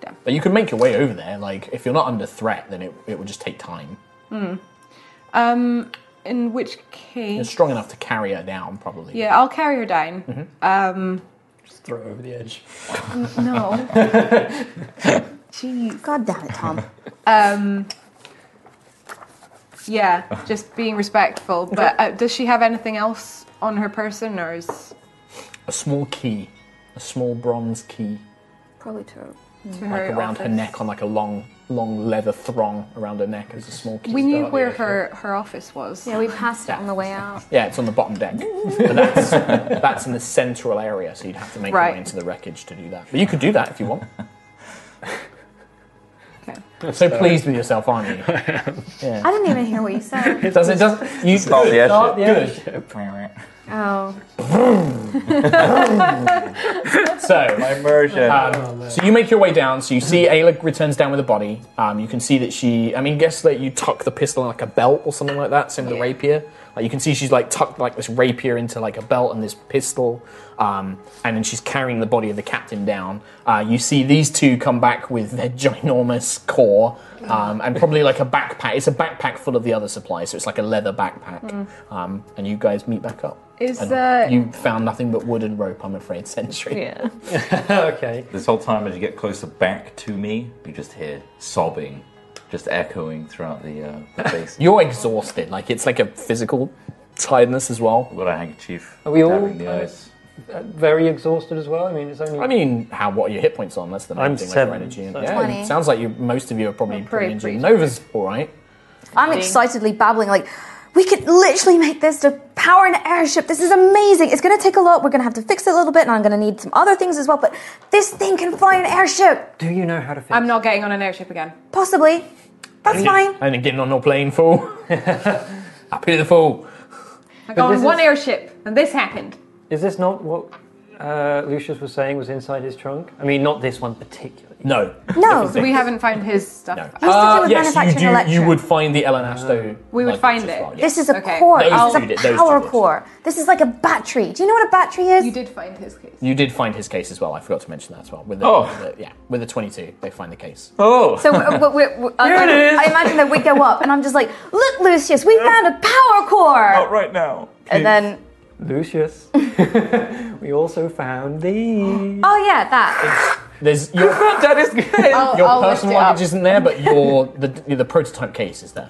Speaker 7: Back. But you can make your way over there. Like if you're not under threat, then it, it would just take time.
Speaker 3: Um, in which
Speaker 7: You're
Speaker 3: case,
Speaker 7: strong enough to carry her down, probably.
Speaker 3: yeah, I'll carry her down.
Speaker 7: Mm-hmm.
Speaker 8: Just throw it over the edge.
Speaker 7: <laughs>
Speaker 3: No. Jeez.
Speaker 4: <laughs> God damn it, Tom.
Speaker 3: Um, yeah, just being respectful. But uh, does she have anything else on her person, or is
Speaker 7: A small key, a small bronze key.
Speaker 4: Probably true.
Speaker 3: to
Speaker 7: like
Speaker 3: her
Speaker 7: around her
Speaker 3: office?
Speaker 7: neck on like a long long leather thong around her neck as a small key.
Speaker 3: We knew
Speaker 7: Start
Speaker 3: where
Speaker 7: the actual-
Speaker 3: her, her office was.
Speaker 4: Yeah, we passed it on the way out.
Speaker 7: Yeah, it's on the bottom
Speaker 3: <laughs>
Speaker 7: deck. but that's that's in the central area, so you'd have to make your
Speaker 3: Right.
Speaker 7: way into the wreckage to do that. But you could do that if
Speaker 3: <laughs>
Speaker 7: you want.
Speaker 3: Okay.
Speaker 7: So pleased with yourself, aren't you?
Speaker 4: I didn't even hear what you said.
Speaker 7: Does it? Does you
Speaker 5: Start
Speaker 7: <laughs>
Speaker 5: the airship.
Speaker 7: good?
Speaker 5: <laughs>
Speaker 4: Oh,
Speaker 7: So
Speaker 5: Immersion.
Speaker 7: Uh, So you make your way down. So you see Ayla returns down with a body. Um, you can see that she. I mean, guess that you tuck the pistol in like a belt or something like that. Same with the rapier. Like you can see she's like tucked like this rapier into like a belt and this pistol. Um, and then she's carrying the body of the captain down. Uh, you see these two come back with their <laughs> ginormous core um, and probably like a backpack. It's a backpack full of the other supplies. So it's like a leather backpack. Um, and you guys meet back up.
Speaker 3: Is,
Speaker 7: And
Speaker 3: uh,
Speaker 7: you found nothing but wood and rope? I'm afraid, <laughs> Sentry.
Speaker 6: Yeah.
Speaker 8: okay.
Speaker 5: This whole time, as you get closer back to me, you just hear sobbing, just echoing throughout the, uh, the base.
Speaker 7: You're exhausted. Like it's like a physical tiredness as well.
Speaker 5: Got a handkerchief.
Speaker 8: Are we all-
Speaker 5: dabbing the eyes.
Speaker 8: Uh, very exhausted as well. I mean, it's only.
Speaker 7: I mean, how what are your hit points on? That's the main
Speaker 8: I'm
Speaker 7: thing.
Speaker 8: seven,
Speaker 7: like your energy. and-
Speaker 8: so-
Speaker 7: yeah,
Speaker 4: Twenty.
Speaker 7: it sounds like you. Most of you are probably
Speaker 3: I'm
Speaker 7: pretty
Speaker 3: pretty-
Speaker 7: injured.
Speaker 3: pretty-
Speaker 7: Nova's all right.
Speaker 4: I'm excitedly babbling like, we could literally make this to power an airship. This is amazing. It's gonna take a lot. We're gonna have to fix it a little bit, and I'm gonna need some other things as well. But this thing can fly an airship,
Speaker 8: do you know how to fix?
Speaker 3: I'm not getting on an airship again.
Speaker 4: possibly. That's fine.
Speaker 7: <laughs> And getting on your plane, fool. <laughs> I pity the fool.
Speaker 3: I got
Speaker 8: this
Speaker 3: on one
Speaker 8: is-
Speaker 3: airship, and this happened.
Speaker 8: Is this not what uh, Lucius was saying was inside his trunk? I mean, not this one particularly.
Speaker 7: No.
Speaker 4: No,
Speaker 3: We haven't found his stuff. Oh,
Speaker 7: No.
Speaker 4: to do
Speaker 7: Uh,
Speaker 4: with
Speaker 7: yes, you
Speaker 4: manufacturing
Speaker 7: do. You
Speaker 4: electric.
Speaker 7: would find the Elenasto.
Speaker 3: We would
Speaker 7: luggage
Speaker 3: find
Speaker 7: as
Speaker 3: it.
Speaker 7: well, yeah.
Speaker 4: This is a
Speaker 3: Okay.
Speaker 4: core.
Speaker 7: Those
Speaker 4: This
Speaker 7: two did-
Speaker 4: is a
Speaker 7: those two
Speaker 4: power
Speaker 7: did.
Speaker 4: core. This is like a battery. Do you know what a battery is?
Speaker 3: You did find his case.
Speaker 7: You did find his case as well. I forgot to mention that as well. With the,
Speaker 5: Oh.
Speaker 7: with the- yeah, with the twenty-two, they find the case.
Speaker 5: Oh!
Speaker 4: So uh, we- we- we- I,
Speaker 5: Here it is.
Speaker 4: I imagine that we go up, and I'm just like, "Look, Lucius, we found a power core."
Speaker 5: Not right now.
Speaker 4: And then,
Speaker 8: Lucius, <laughs> we also found these.
Speaker 4: oh yeah, that.
Speaker 7: There's
Speaker 3: <laughs>
Speaker 7: your,
Speaker 5: That is good.
Speaker 3: I'll,
Speaker 7: your
Speaker 3: I'll lift
Speaker 7: personal
Speaker 3: it up.
Speaker 7: luggage isn't there, but your the the prototype case is there.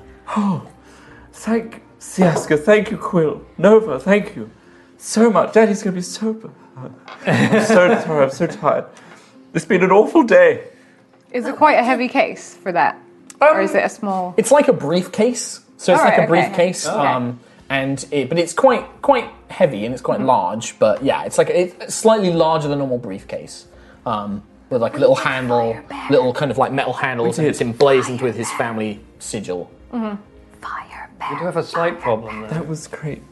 Speaker 5: Thank Siaska, thank you, Quill. Nova, thank you so much. Daddy's gonna be so. b- I'm so sorry, I'm so tired. It's been an awful day.
Speaker 3: Is it quite a heavy case for that? or
Speaker 8: Um,
Speaker 3: is it a small.
Speaker 7: It's like a briefcase. So it's
Speaker 3: All right,
Speaker 7: like a
Speaker 3: okay.
Speaker 7: briefcase.
Speaker 3: Okay.
Speaker 7: Um, and it, but it's quite quite heavy and it's quite large. But yeah, it's like it's slightly larger than a normal briefcase. Um, with like a little handle, little kind of like metal handles, and
Speaker 5: did.
Speaker 7: it's emblazoned with his family sigil.
Speaker 4: Fire
Speaker 8: We
Speaker 4: bear.
Speaker 8: do have a slight problem there.
Speaker 5: That was great.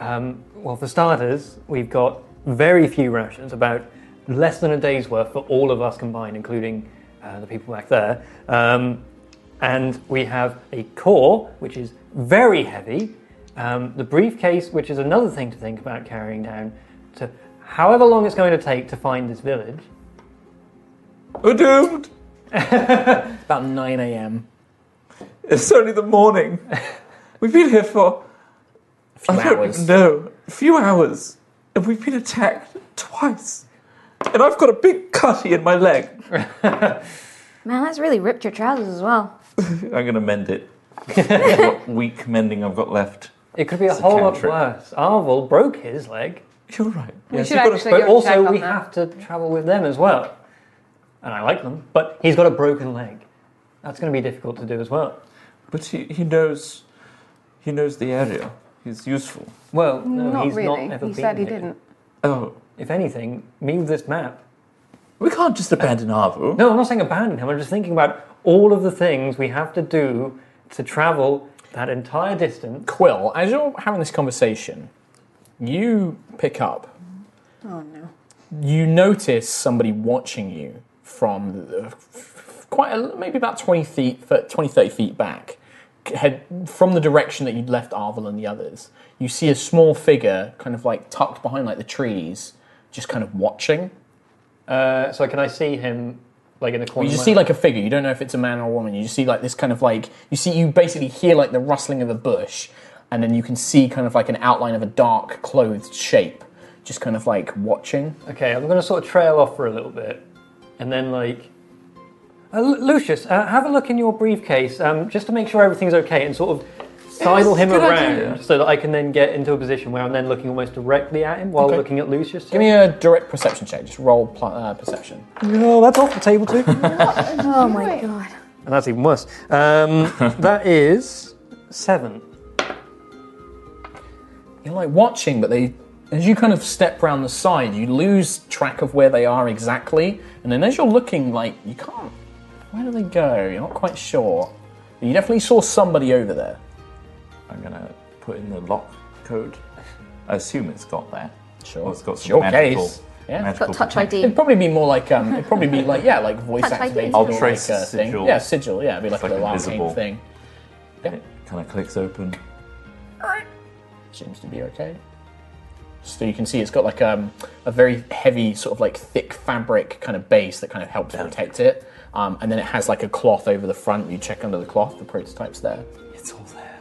Speaker 8: Um, well, for starters, we've got very few rations, about less than a day's worth for all of us combined, including uh, the people back there. Um, and we have a core, which is very heavy, um, the briefcase, which is another thing to think about carrying down, to However long it's going to take to find this village,
Speaker 5: We're doomed.
Speaker 7: About 9 a.m.
Speaker 5: It's only the morning. We've been here for
Speaker 7: Few
Speaker 5: I don't
Speaker 7: hours.
Speaker 5: know a few hours, and we've been attacked twice. And I've got a big cutty in my leg.
Speaker 4: Man, that's really ripped your trousers as well.
Speaker 5: I'm gonna mend it. what weak mending I've got left.
Speaker 8: it could be a
Speaker 5: a
Speaker 8: whole lot
Speaker 5: cantrip.
Speaker 8: worse. Arvel broke his leg,
Speaker 5: You're right. Yes,
Speaker 3: should
Speaker 5: you've got a-
Speaker 3: actually
Speaker 8: but
Speaker 3: go check
Speaker 8: also
Speaker 3: on
Speaker 8: we
Speaker 3: that.
Speaker 8: have to travel with them as well. And I like them, but he's got a broken leg. That's going to be difficult to do as well.
Speaker 5: but he, he knows. He knows the area. He's useful.
Speaker 8: Well, no,
Speaker 3: not
Speaker 8: he's
Speaker 3: really.
Speaker 8: not ever
Speaker 3: he
Speaker 8: been
Speaker 3: said he
Speaker 8: here.
Speaker 3: didn't.
Speaker 5: Oh,
Speaker 8: If anything, move this map.
Speaker 5: we can't just abandon Arvo.
Speaker 8: No, I'm not saying abandon him. I'm just thinking about all of the things we have to do to travel that entire distance.
Speaker 7: Quill, as you're having this conversation, you pick up. Oh no. You notice somebody watching you from the, quite a, maybe about 20 feet, fir- 20, 30 feet back, head, from the direction that you'd left Arvel and the others. You see a small figure kind of like tucked behind like the trees, just kind of watching.
Speaker 8: Uh, so can I see him like in the corner?
Speaker 7: You just
Speaker 8: of
Speaker 7: see
Speaker 8: my-
Speaker 7: like a figure. You don't know if it's a man or a woman. You just see like this kind of like you see you basically hear like the rustling of a bush, and then you can see kind of like an outline of a dark clothed shape, just kind of like watching.
Speaker 8: Okay, I'm going to sort of trail off for a little bit, and then like. Uh, Lu- Lucius, uh, have a look in your briefcase um, just to make sure everything's okay, and sort of sidle him
Speaker 5: good
Speaker 8: around
Speaker 5: idea.
Speaker 8: so that I can then get into a position where I'm then looking almost directly at him while
Speaker 7: Okay.
Speaker 8: looking at Lucius.
Speaker 7: Give me a direct perception check. Just roll pl- uh, perception.
Speaker 8: No, that's off the table <laughs> too.
Speaker 4: Oh my god.
Speaker 8: and that's even worse. Um, that is seven.
Speaker 7: You're like watching, but they. As you kind of step round the side, you lose track of where they are exactly, and then as you're looking, like you can't. Where do they go? You're not quite sure. But you definitely saw somebody over there.
Speaker 5: I'm gonna put in the lock code. I assume it's got that.
Speaker 7: Sure.
Speaker 5: Or it's got
Speaker 7: It's
Speaker 5: some
Speaker 7: your
Speaker 5: magical,
Speaker 7: case. Yeah. It's
Speaker 5: magical
Speaker 4: Got touch
Speaker 5: protection.
Speaker 4: ID.
Speaker 7: It'd probably be more like um, it'd probably be like yeah, like voice
Speaker 4: Touch ID.
Speaker 7: activated
Speaker 5: I'll
Speaker 7: or
Speaker 5: trace
Speaker 7: like a thing.
Speaker 5: sigil.
Speaker 7: Yeah, sigil. Yeah, it'd be like,
Speaker 5: like
Speaker 7: a little
Speaker 5: invisible.
Speaker 7: arcane thing.
Speaker 5: It kind of clicks open.
Speaker 7: Seems to be okay. So you can see it's got like um, a very heavy sort of like thick fabric kind of base that kind of helps protect it, um, and then it has like a cloth over the front. You check under the cloth, the prototype's there.
Speaker 5: It's all there.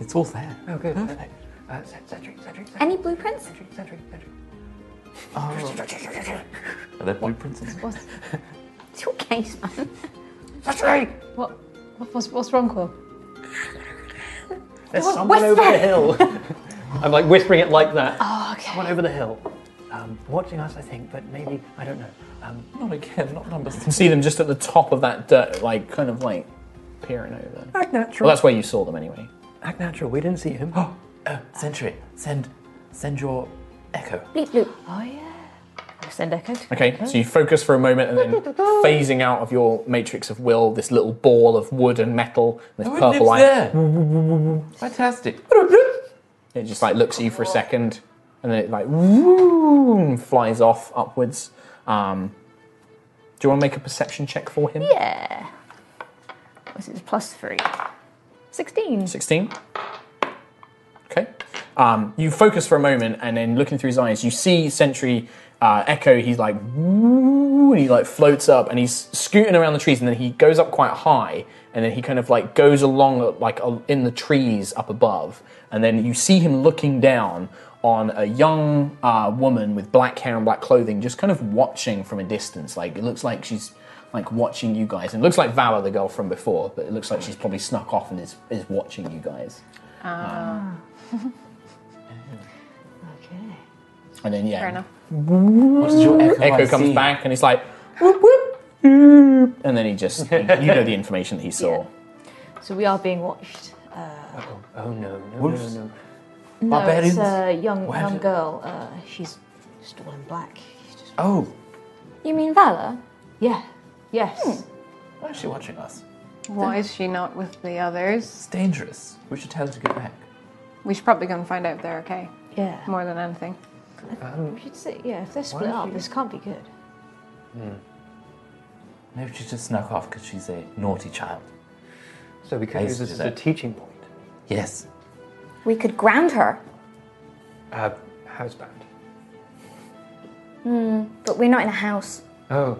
Speaker 5: It's all there.
Speaker 8: Oh, good. Perfect. Uh, Cedric, Cedric, Cedric,
Speaker 4: Any blueprints?
Speaker 8: Cedric,
Speaker 4: <laughs>
Speaker 8: Cedric, Cedric.
Speaker 5: Are there blueprints? in there?
Speaker 4: It's your case, man.
Speaker 6: What? what what's, what's wrong, Quill?
Speaker 8: There's someone over the hill. I'm like whispering it like that.
Speaker 6: Oh, okay.
Speaker 8: Someone over the hill. Um, watching us, I think, but maybe, I don't know. Um,
Speaker 5: Not again. Not number three.
Speaker 7: You can see them just at the top of that dirt, like kind of like peering over. Well,
Speaker 8: act natural.
Speaker 7: that's where you saw them anyway.
Speaker 8: act natural. We didn't see him. <gasps>
Speaker 5: Sentry, send, send your echo.
Speaker 4: Bleep bloop.
Speaker 6: Oh yeah. I'll send Echo. To
Speaker 7: Okay, so you focus for a moment and then phasing out of your matrix of will, this little ball of wood and metal, and this purple light.
Speaker 5: there. Fantastic.
Speaker 7: It just like looks at you for a second, and then it like whoom, flies off upwards. Um, do you want to make a perception check for him?
Speaker 6: Yeah. What's it? Plus three. Sixteen.
Speaker 7: 16. Okay. Um, you focus for a moment, and then looking through his eyes, you see Sentry uh, Echo. He's like, woo, and he like floats up, and he's scooting around the trees, and then he goes up quite high, and then he kind of like goes along like uh, in the trees up above, and then you see him looking down on a young uh, woman with black hair and black clothing, just kind of watching from a distance. Like it looks like she's like watching you guys, and it looks like Vala, the girl from before, but it looks like she's probably snuck off and is is watching you guys.
Speaker 6: Okay.
Speaker 7: And then yeah,
Speaker 3: Fair enough.
Speaker 5: What does your echo?
Speaker 7: Echo
Speaker 5: I
Speaker 7: comes
Speaker 5: see?
Speaker 7: back and he's like, whoop, whoop, whoop. and then he just,
Speaker 5: <laughs>
Speaker 7: you know the information that he saw.
Speaker 6: So we are being watched.
Speaker 8: Oh, no, no,
Speaker 5: Wolves?
Speaker 8: no, no.
Speaker 6: No,
Speaker 5: Barbarians?
Speaker 6: it's uh, a young
Speaker 5: Where
Speaker 6: young
Speaker 5: did-
Speaker 6: girl. Uh, she's just all in black. She's just-
Speaker 5: Oh,
Speaker 4: You mean Valor?
Speaker 6: Yeah. Yes.
Speaker 5: why is she watching us?
Speaker 3: Why is she not with the others?
Speaker 5: It's dangerous. We should tell her to get back.
Speaker 3: We should probably go and find out if they're okay,
Speaker 6: Yeah.
Speaker 3: more than anything.
Speaker 6: We should say, yeah, if they're split
Speaker 8: don't
Speaker 6: up,
Speaker 8: you-
Speaker 6: this can't be good.
Speaker 5: Maybe she just snuck off because she's a naughty child.
Speaker 8: So we could
Speaker 5: I
Speaker 8: use
Speaker 5: see
Speaker 8: this as a
Speaker 5: that.
Speaker 8: teaching point.
Speaker 5: Yes.
Speaker 4: We could ground her.
Speaker 8: Uh, housebound.
Speaker 4: But we're not in a house.
Speaker 8: Oh,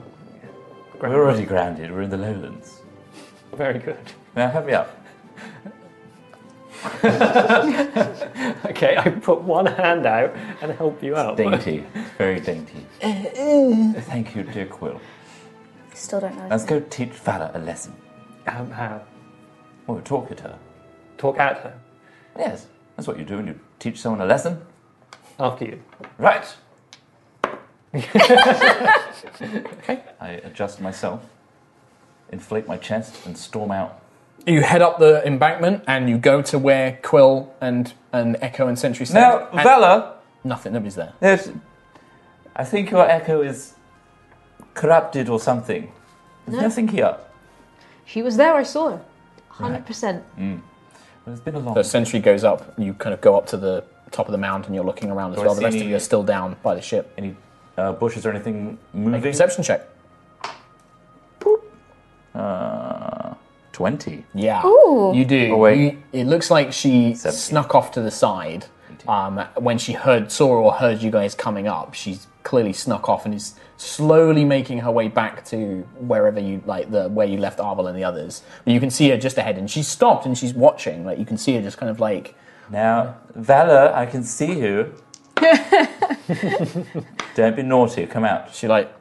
Speaker 5: We're already grounded. We're in the lowlands.
Speaker 8: very good. <laughs>
Speaker 5: Now help me up.
Speaker 8: Okay, I put one hand out and help you out.
Speaker 5: Dainty. It's very dainty. Thank you, dear Quill.
Speaker 4: Still don't know.
Speaker 5: Let's go teach Vala a lesson.
Speaker 8: Um, how?
Speaker 5: Well, talk at her.
Speaker 8: Talk at her
Speaker 5: Yes, that's what you do when you teach someone a lesson.
Speaker 8: after you.
Speaker 5: Right. okay. <laughs> I adjust myself, inflate my chest, and storm out.
Speaker 7: You head up the embankment and you go to where Quill and, and Echo and Sentry stand.
Speaker 5: Now,
Speaker 7: and
Speaker 5: Vala,
Speaker 7: Nothing, nobody's there.
Speaker 5: there's, I think your echo is corrupted or something. There's nothing here.
Speaker 6: She was there, I saw her. 100%.
Speaker 5: Well, it's been a long.
Speaker 7: The Sentry goes up, you kind of go up to the top of the mound and you're looking around as
Speaker 5: Do I
Speaker 7: well. The
Speaker 5: see
Speaker 7: rest of
Speaker 5: any-
Speaker 7: you are still down by the ship.
Speaker 5: Any uh, bushes or anything
Speaker 7: Make a
Speaker 5: moving?
Speaker 7: perception check.
Speaker 5: Uh, Twenty.
Speaker 7: Yeah.
Speaker 4: Ooh.
Speaker 7: You do.
Speaker 5: Oh, wait.
Speaker 7: You- it looks like she
Speaker 5: Seventeen.
Speaker 7: snuck off to the side. Um, when she heard, saw or heard you guys coming up, she's clearly snuck off and is slowly making her way back to wherever you like the where you left Arvel and the others. But you can see her just ahead, and she's stopped and she's watching. Like you can see her just kind of like
Speaker 5: Now, Vala, I can see you. Don't be naughty. Come out.
Speaker 7: she like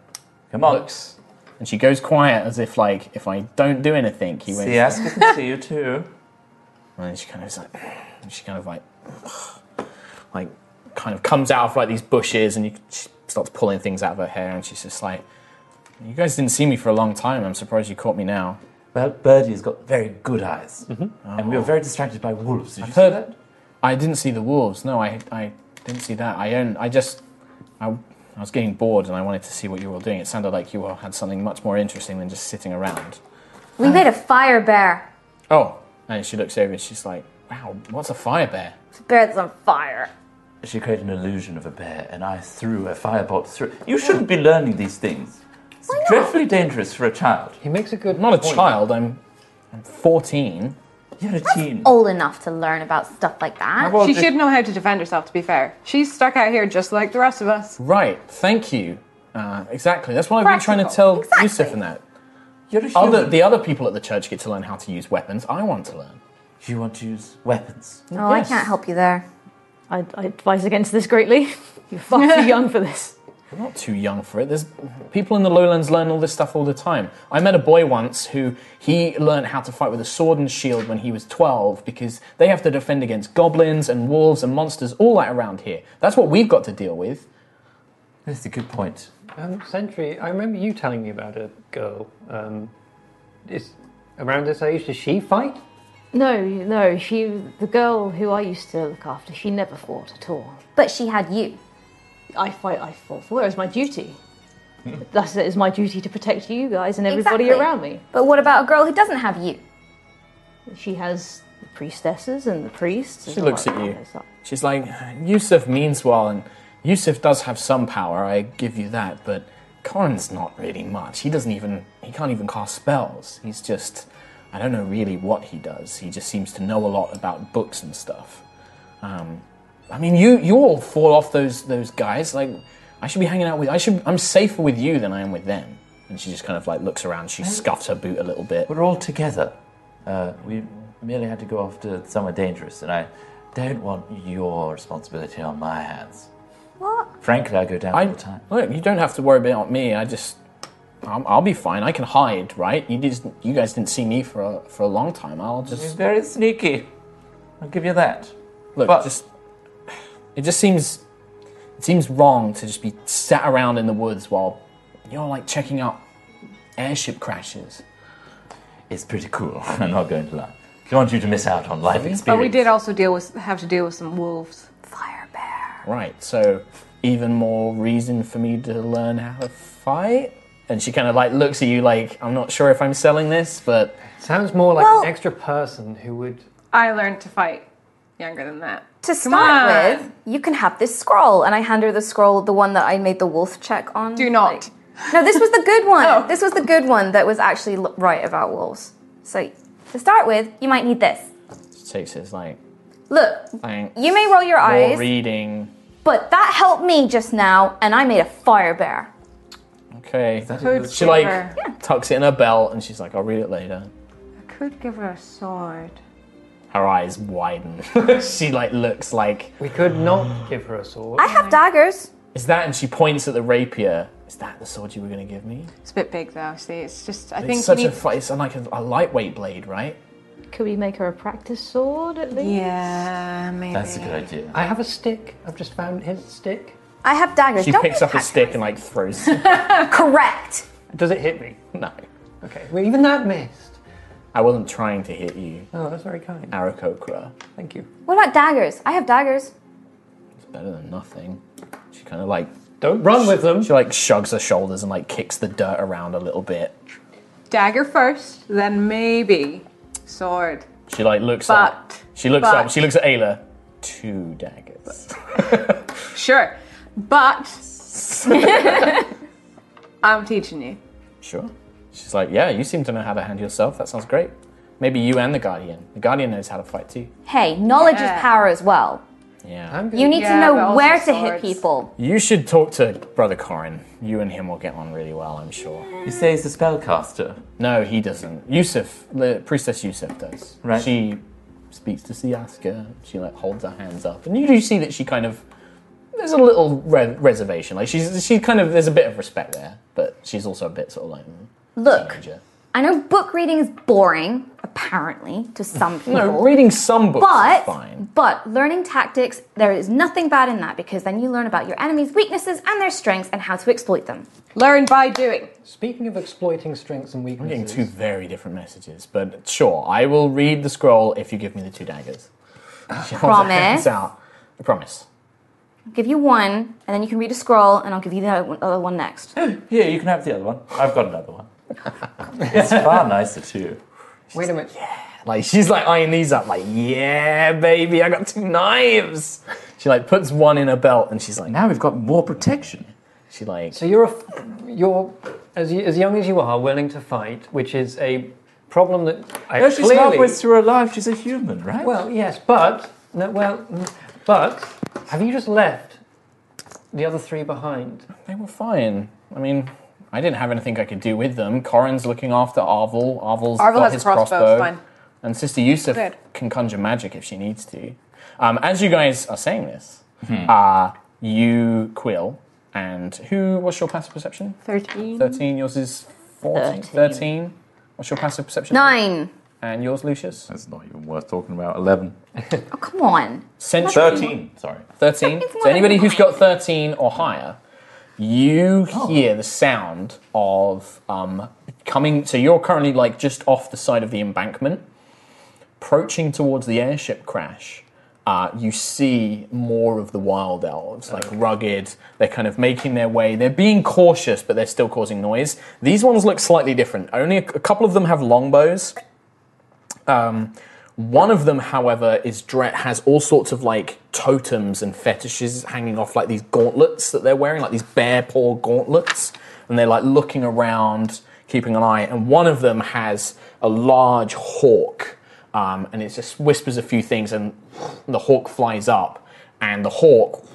Speaker 5: Come on.
Speaker 7: looks and she goes quiet as if like if I don't do anything, he won't.
Speaker 5: See, Asker can see you too.
Speaker 7: And then she kind of is like, <sighs> and she kind of like, <sighs> like, kind of comes out of like these bushes, and you, she starts pulling things out of her hair, and she's just like, "You guys didn't see me for a long time. I'm surprised you caught me now."
Speaker 5: Well, Birdie's got very good eyes, and we were very distracted by wolves. Did you see
Speaker 7: heard-
Speaker 5: that?
Speaker 7: I didn't see the wolves. No, I, I didn't see that. I own. I just, I, I was getting bored, and I wanted to see what you were all doing. It sounded like you all had something much more interesting than just sitting around.
Speaker 4: We made a fire bear.
Speaker 7: Oh, and she looks over, and she's like, "Wow, what's a fire bear?"
Speaker 4: The bear's on fire.
Speaker 5: She created an illusion of a bear, and I threw a firebolt through. You shouldn't be learning these things. It's dreadfully dangerous for a child.
Speaker 8: He makes a good.
Speaker 7: I'm not a
Speaker 8: point.
Speaker 7: child. I'm, I'm 14.
Speaker 5: You're a teen.
Speaker 4: Old enough to learn about stuff like that.
Speaker 5: Well,
Speaker 3: She
Speaker 5: the-
Speaker 3: should know how to defend herself, to be fair. She's stuck out here just like the rest of us.
Speaker 7: Right, thank you. Uh, exactly. That's what I've been trying to
Speaker 4: Practical,
Speaker 7: tell
Speaker 4: exactly.
Speaker 7: Yusuf and that.
Speaker 5: You're a human.
Speaker 7: Other, the other people at the church get to learn how to use weapons. I want to learn.
Speaker 5: You want to use weapons?
Speaker 4: Oh,
Speaker 7: Yes.
Speaker 4: I can't help you there.
Speaker 6: I, I advise against this greatly. <laughs> You're far too young for this.
Speaker 7: I'm not too young for it. There's people in the lowlands learn all this stuff all the time. I met a boy once who he learned how to fight with a sword and shield when he was 12 because they have to defend against goblins and wolves and monsters all that around here. That's what we've got to deal with.
Speaker 5: That's a good point.
Speaker 8: Um, Sentry, I remember you telling me about a girl. Um, is around this age? Does she fight?
Speaker 6: No, no, she, the girl who I used to look after, she never fought at all.
Speaker 4: But she had you.
Speaker 6: I fight, I fought for her. It's my duty. Thus, it is my duty to protect you guys and everybody
Speaker 4: Exactly.
Speaker 6: around me.
Speaker 4: But what about a girl who doesn't have you?
Speaker 6: She has the priestesses and the priests. and
Speaker 7: She looks
Speaker 6: all
Speaker 7: at
Speaker 6: that
Speaker 7: you.
Speaker 6: kind of stuff.
Speaker 7: She's like, Yusuf means well, and Yusuf does have some power, I give you that, but Corin's not really much. He doesn't even, he can't even cast spells. He's just, I don't know really what he does. He just seems to know a lot about books and stuff. Um, I mean, you, you all fall off those, those guys. Like, I should be hanging out with, I should, I'm safer with you than I am with them. And she just kind of like looks around, she scuffs her boot a little bit.
Speaker 5: We're all together. Uh, we merely had to go after somewhere dangerous, and I don't want your responsibility on my hands.
Speaker 4: What?
Speaker 5: Frankly, I go down
Speaker 7: I,
Speaker 5: all the time.
Speaker 7: Look, you don't have to worry about me. I just, I'm, I'll be fine. I can hide, right? You just, you guys didn't see me for a, for a long time. I'll
Speaker 5: He's
Speaker 7: just
Speaker 5: very sneaky. I'll give you that.
Speaker 7: look.
Speaker 5: but-
Speaker 7: just, it just seems, it seems wrong to just be sat around in the woods while you're like checking out airship crashes.
Speaker 5: It's pretty cool. <laughs> I'm not going to lie. Don't want you to miss out on life experience.
Speaker 3: But we did also deal with have to deal with some wolves.
Speaker 4: Fire bear.
Speaker 7: Right. So, even more reason for me to learn how to fight. And she kind of like looks at you like, I'm not sure if I'm selling this, but
Speaker 8: Sounds more like
Speaker 4: Well-
Speaker 8: an extra person who would.
Speaker 3: I learned to fight younger than that.
Speaker 4: To start
Speaker 3: on.
Speaker 4: with, you can have this scroll, and I hand her the scroll, the one that I made the wolf check on.
Speaker 3: Do not.
Speaker 4: No, this was the good one.
Speaker 3: <laughs> Oh.
Speaker 4: This was the good one that was actually l- right about wolves. So, to start with, you might need this.
Speaker 7: she takes it as like,
Speaker 4: Look,
Speaker 7: thanks.
Speaker 4: you may roll your
Speaker 7: More
Speaker 4: eyes.
Speaker 7: reading.
Speaker 4: But that helped me just now, and I made a fire bear.
Speaker 7: Okay.
Speaker 3: Could
Speaker 7: She
Speaker 3: give
Speaker 7: like
Speaker 3: her-
Speaker 7: tucks it in her belt and she's like, I'll read it later.
Speaker 3: could give her a sword.
Speaker 7: Her eyes widen. <laughs> she like looks like
Speaker 8: We could <sighs> not give her a sword.
Speaker 4: I have daggers.
Speaker 7: is that and she points at the rapier. Is that the sword you were gonna give me?
Speaker 3: It's a bit big though. See, it's just I
Speaker 7: It's
Speaker 3: think you
Speaker 7: such a
Speaker 3: need-
Speaker 7: fu- it's like a, a lightweight blade, right?
Speaker 6: Could we make her a practice sword at least?
Speaker 3: yeah, maybe.
Speaker 5: That's a good idea.
Speaker 8: I have a stick. I've just found his stick.
Speaker 4: I have daggers.
Speaker 7: She
Speaker 4: Don't
Speaker 7: picks
Speaker 4: be
Speaker 7: up a stick and like throws it. <laughs>
Speaker 4: patronizing. Correct.
Speaker 8: Does it hit me?
Speaker 7: No.
Speaker 8: Okay. Well, even that missed.
Speaker 7: I wasn't trying to hit you,
Speaker 8: Oh, that's very kind.
Speaker 7: Arakokra.
Speaker 8: Thank you.
Speaker 4: What about daggers? I have daggers.
Speaker 7: It's better than nothing. She kind of like
Speaker 8: Don't run with them.
Speaker 7: she like shrugs her shoulders and like kicks the dirt around a little bit.
Speaker 3: Dagger first, then maybe sword.
Speaker 7: She like looks up.
Speaker 3: But
Speaker 7: She looks
Speaker 3: but-
Speaker 7: up. She looks at Ayla. Two
Speaker 3: <laughs>
Speaker 7: daggers.
Speaker 3: sure,
Speaker 7: <laughs>
Speaker 3: but <laughs> I'm teaching you.
Speaker 7: Sure. She's like, yeah, you seem to know how to handle yourself. That sounds great. Maybe you and the Guardian. The Guardian knows how to fight too.
Speaker 4: Hey, knowledge
Speaker 3: Yeah.
Speaker 4: is power as well.
Speaker 7: Yeah.
Speaker 8: I'm
Speaker 4: You need
Speaker 3: Yeah,
Speaker 4: to
Speaker 3: but
Speaker 4: know
Speaker 3: also
Speaker 4: where to
Speaker 3: swords.
Speaker 4: hit people.
Speaker 7: you should talk to Brother Corin. You and him will get on really well, I'm sure.
Speaker 5: You say he's a spellcaster.
Speaker 7: No, he doesn't. Yusuf, the priestess Yusuf does.
Speaker 5: Right.
Speaker 7: She speaks to Siaska. She like holds her hands up, and you do see that she kind of there's a little re- reservation. Like she's she kind of there's a bit of respect there, but she's also a bit sort of like
Speaker 4: Look,
Speaker 7: teenager.
Speaker 4: I know book reading is boring, apparently, to some people.
Speaker 7: No, reading some books is
Speaker 4: But
Speaker 7: fine.
Speaker 4: but learning tactics, there is nothing bad in that because then you learn about your enemy's weaknesses and their strengths and how to exploit them.
Speaker 3: Learn by doing.
Speaker 8: Speaking of exploiting strengths and
Speaker 7: I'm getting
Speaker 8: weaknesses,
Speaker 7: two very different messages, but sure, I will read the scroll if you give me the two daggers. She holds her hands
Speaker 4: Promise.
Speaker 7: out. I promise.
Speaker 4: I'll give you one, and then you can read a scroll, and I'll give you the other one- other one
Speaker 7: <laughs>
Speaker 4: next.
Speaker 5: Here, you can have the other one. I've got another <laughs> one. it's far nicer too.
Speaker 8: wait a minute.
Speaker 7: Like she's like eyeing these up, like yeah, baby, I got two knives. She like puts one in her belt, and she's like, now
Speaker 5: Now we've got more protection.
Speaker 7: she like
Speaker 8: So you're a, f- you're as you, as young as you are, willing to fight, which is a problem that I
Speaker 5: No, she's
Speaker 8: clearly.
Speaker 5: halfway through her life. She's a human, right?
Speaker 8: Well, yes, but no, well, mm, but have you just left the other three behind?
Speaker 7: they were fine. I mean, I didn't have anything I could do with them. Corin's looking after Arvel. Arvel's
Speaker 3: Arvel
Speaker 7: got
Speaker 3: has
Speaker 7: his
Speaker 3: a crossbow,
Speaker 7: crossbow.
Speaker 3: it's fine.
Speaker 7: And Sister Yusuf
Speaker 3: Good.
Speaker 7: can conjure magic if she needs to. Um, as you guys are saying this, uh, you Quill and who? What's your passive perception?
Speaker 3: Thirteen.
Speaker 7: Thirteen. Yours is 14,
Speaker 4: Thirteen.
Speaker 7: 13. What's your passive perception?
Speaker 4: Nine.
Speaker 7: And yours, Lucius.
Speaker 5: That's not even worth talking about. 11.
Speaker 4: Oh, come on.
Speaker 7: Century.
Speaker 5: 13. Sorry.
Speaker 7: 13.
Speaker 4: It's more
Speaker 7: So
Speaker 4: than
Speaker 7: anybody who's
Speaker 4: mine.
Speaker 7: got 13 or higher, you hear the sound of um, coming. So you're currently like just off the side of the embankment, approaching towards the airship crash. Uh, you see more of the wild elves, like rugged. They're kind of making their way. They're being cautious, but they're still causing noise. These ones look slightly different. Only a, a couple of them have longbows. One of them, however, is dre- has all sorts of like totems and fetishes hanging off like these gauntlets that they're wearing, like these bear paw gauntlets, and they're like looking around, keeping an eye. And one of them has a large hawk, um, and it just whispers a few things, and the hawk flies up, and the hawk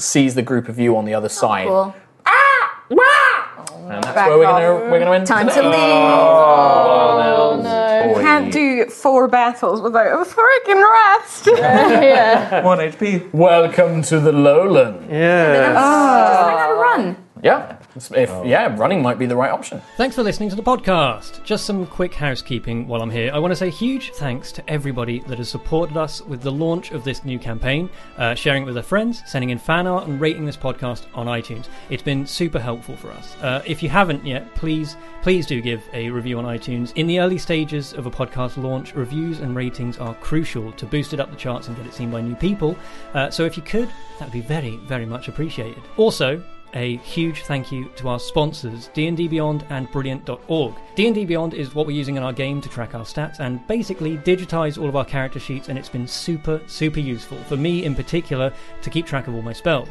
Speaker 7: sees the group of you on the other side,
Speaker 4: Oh, Cool. Ah!
Speaker 7: and that's where we're gonna we're gonna end
Speaker 4: Time
Speaker 7: <laughs>
Speaker 4: to
Speaker 7: today. Oh.
Speaker 4: leave.
Speaker 3: You can't do four battles without a freaking rest.
Speaker 6: yeah.
Speaker 5: 1 HP.
Speaker 7: Welcome to the lowland.
Speaker 4: Just learn how to run.
Speaker 7: Yeah, if, yeah, running might be the right option.
Speaker 2: Thanks for listening to the podcast. Just some quick housekeeping while I'm here. I want to say huge thanks to everybody that has supported us with the launch of this new campaign, uh, sharing it with their friends, sending in fan art, and rating this podcast on iTunes. It's been super helpful for us. Uh, if you haven't yet, please, please do give a review on iTunes. In the early stages of a podcast launch, reviews and ratings are crucial to boost it up the charts and get it seen by new people. Uh, so if you could, that would be very, very much appreciated. Also, a huge thank you to our sponsors d&d beyond and brilliant.org d&d beyond is what we're using in our game to track our stats and basically digitize all of our character sheets and it's been super super useful for me in particular to keep track of all my spells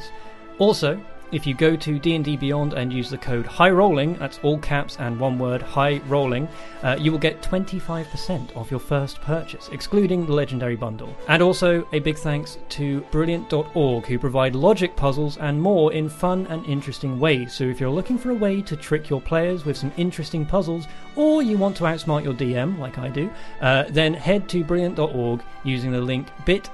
Speaker 2: also
Speaker 8: If you go to D&D Beyond and use the code High Rolling, that's all caps and one word High Rolling, uh, you will get 25% off your first purchase, excluding the Legendary Bundle. And also a big thanks to Brilliant.org, who provide logic puzzles and more in fun and interesting ways. So if you're looking for a way to trick your players with some interesting puzzles, or you want to outsmart your DM like I do, uh, then head to Brilliant.org using the link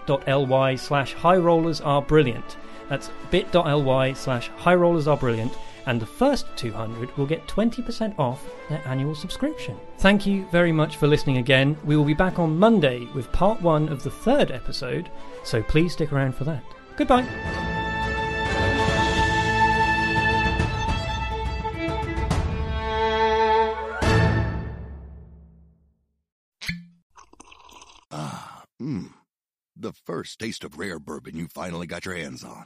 Speaker 8: bit.ly slash High Rollers Are Brilliant. That's bit.ly slash high rollers are brilliant, and the first 200 will get 20% off their annual subscription. Thank you very much for listening again. We will be back on Monday with part one of the third episode, so please stick around for that. Goodbye.
Speaker 5: Mmm. The first taste of rare bourbon you finally got your hands on.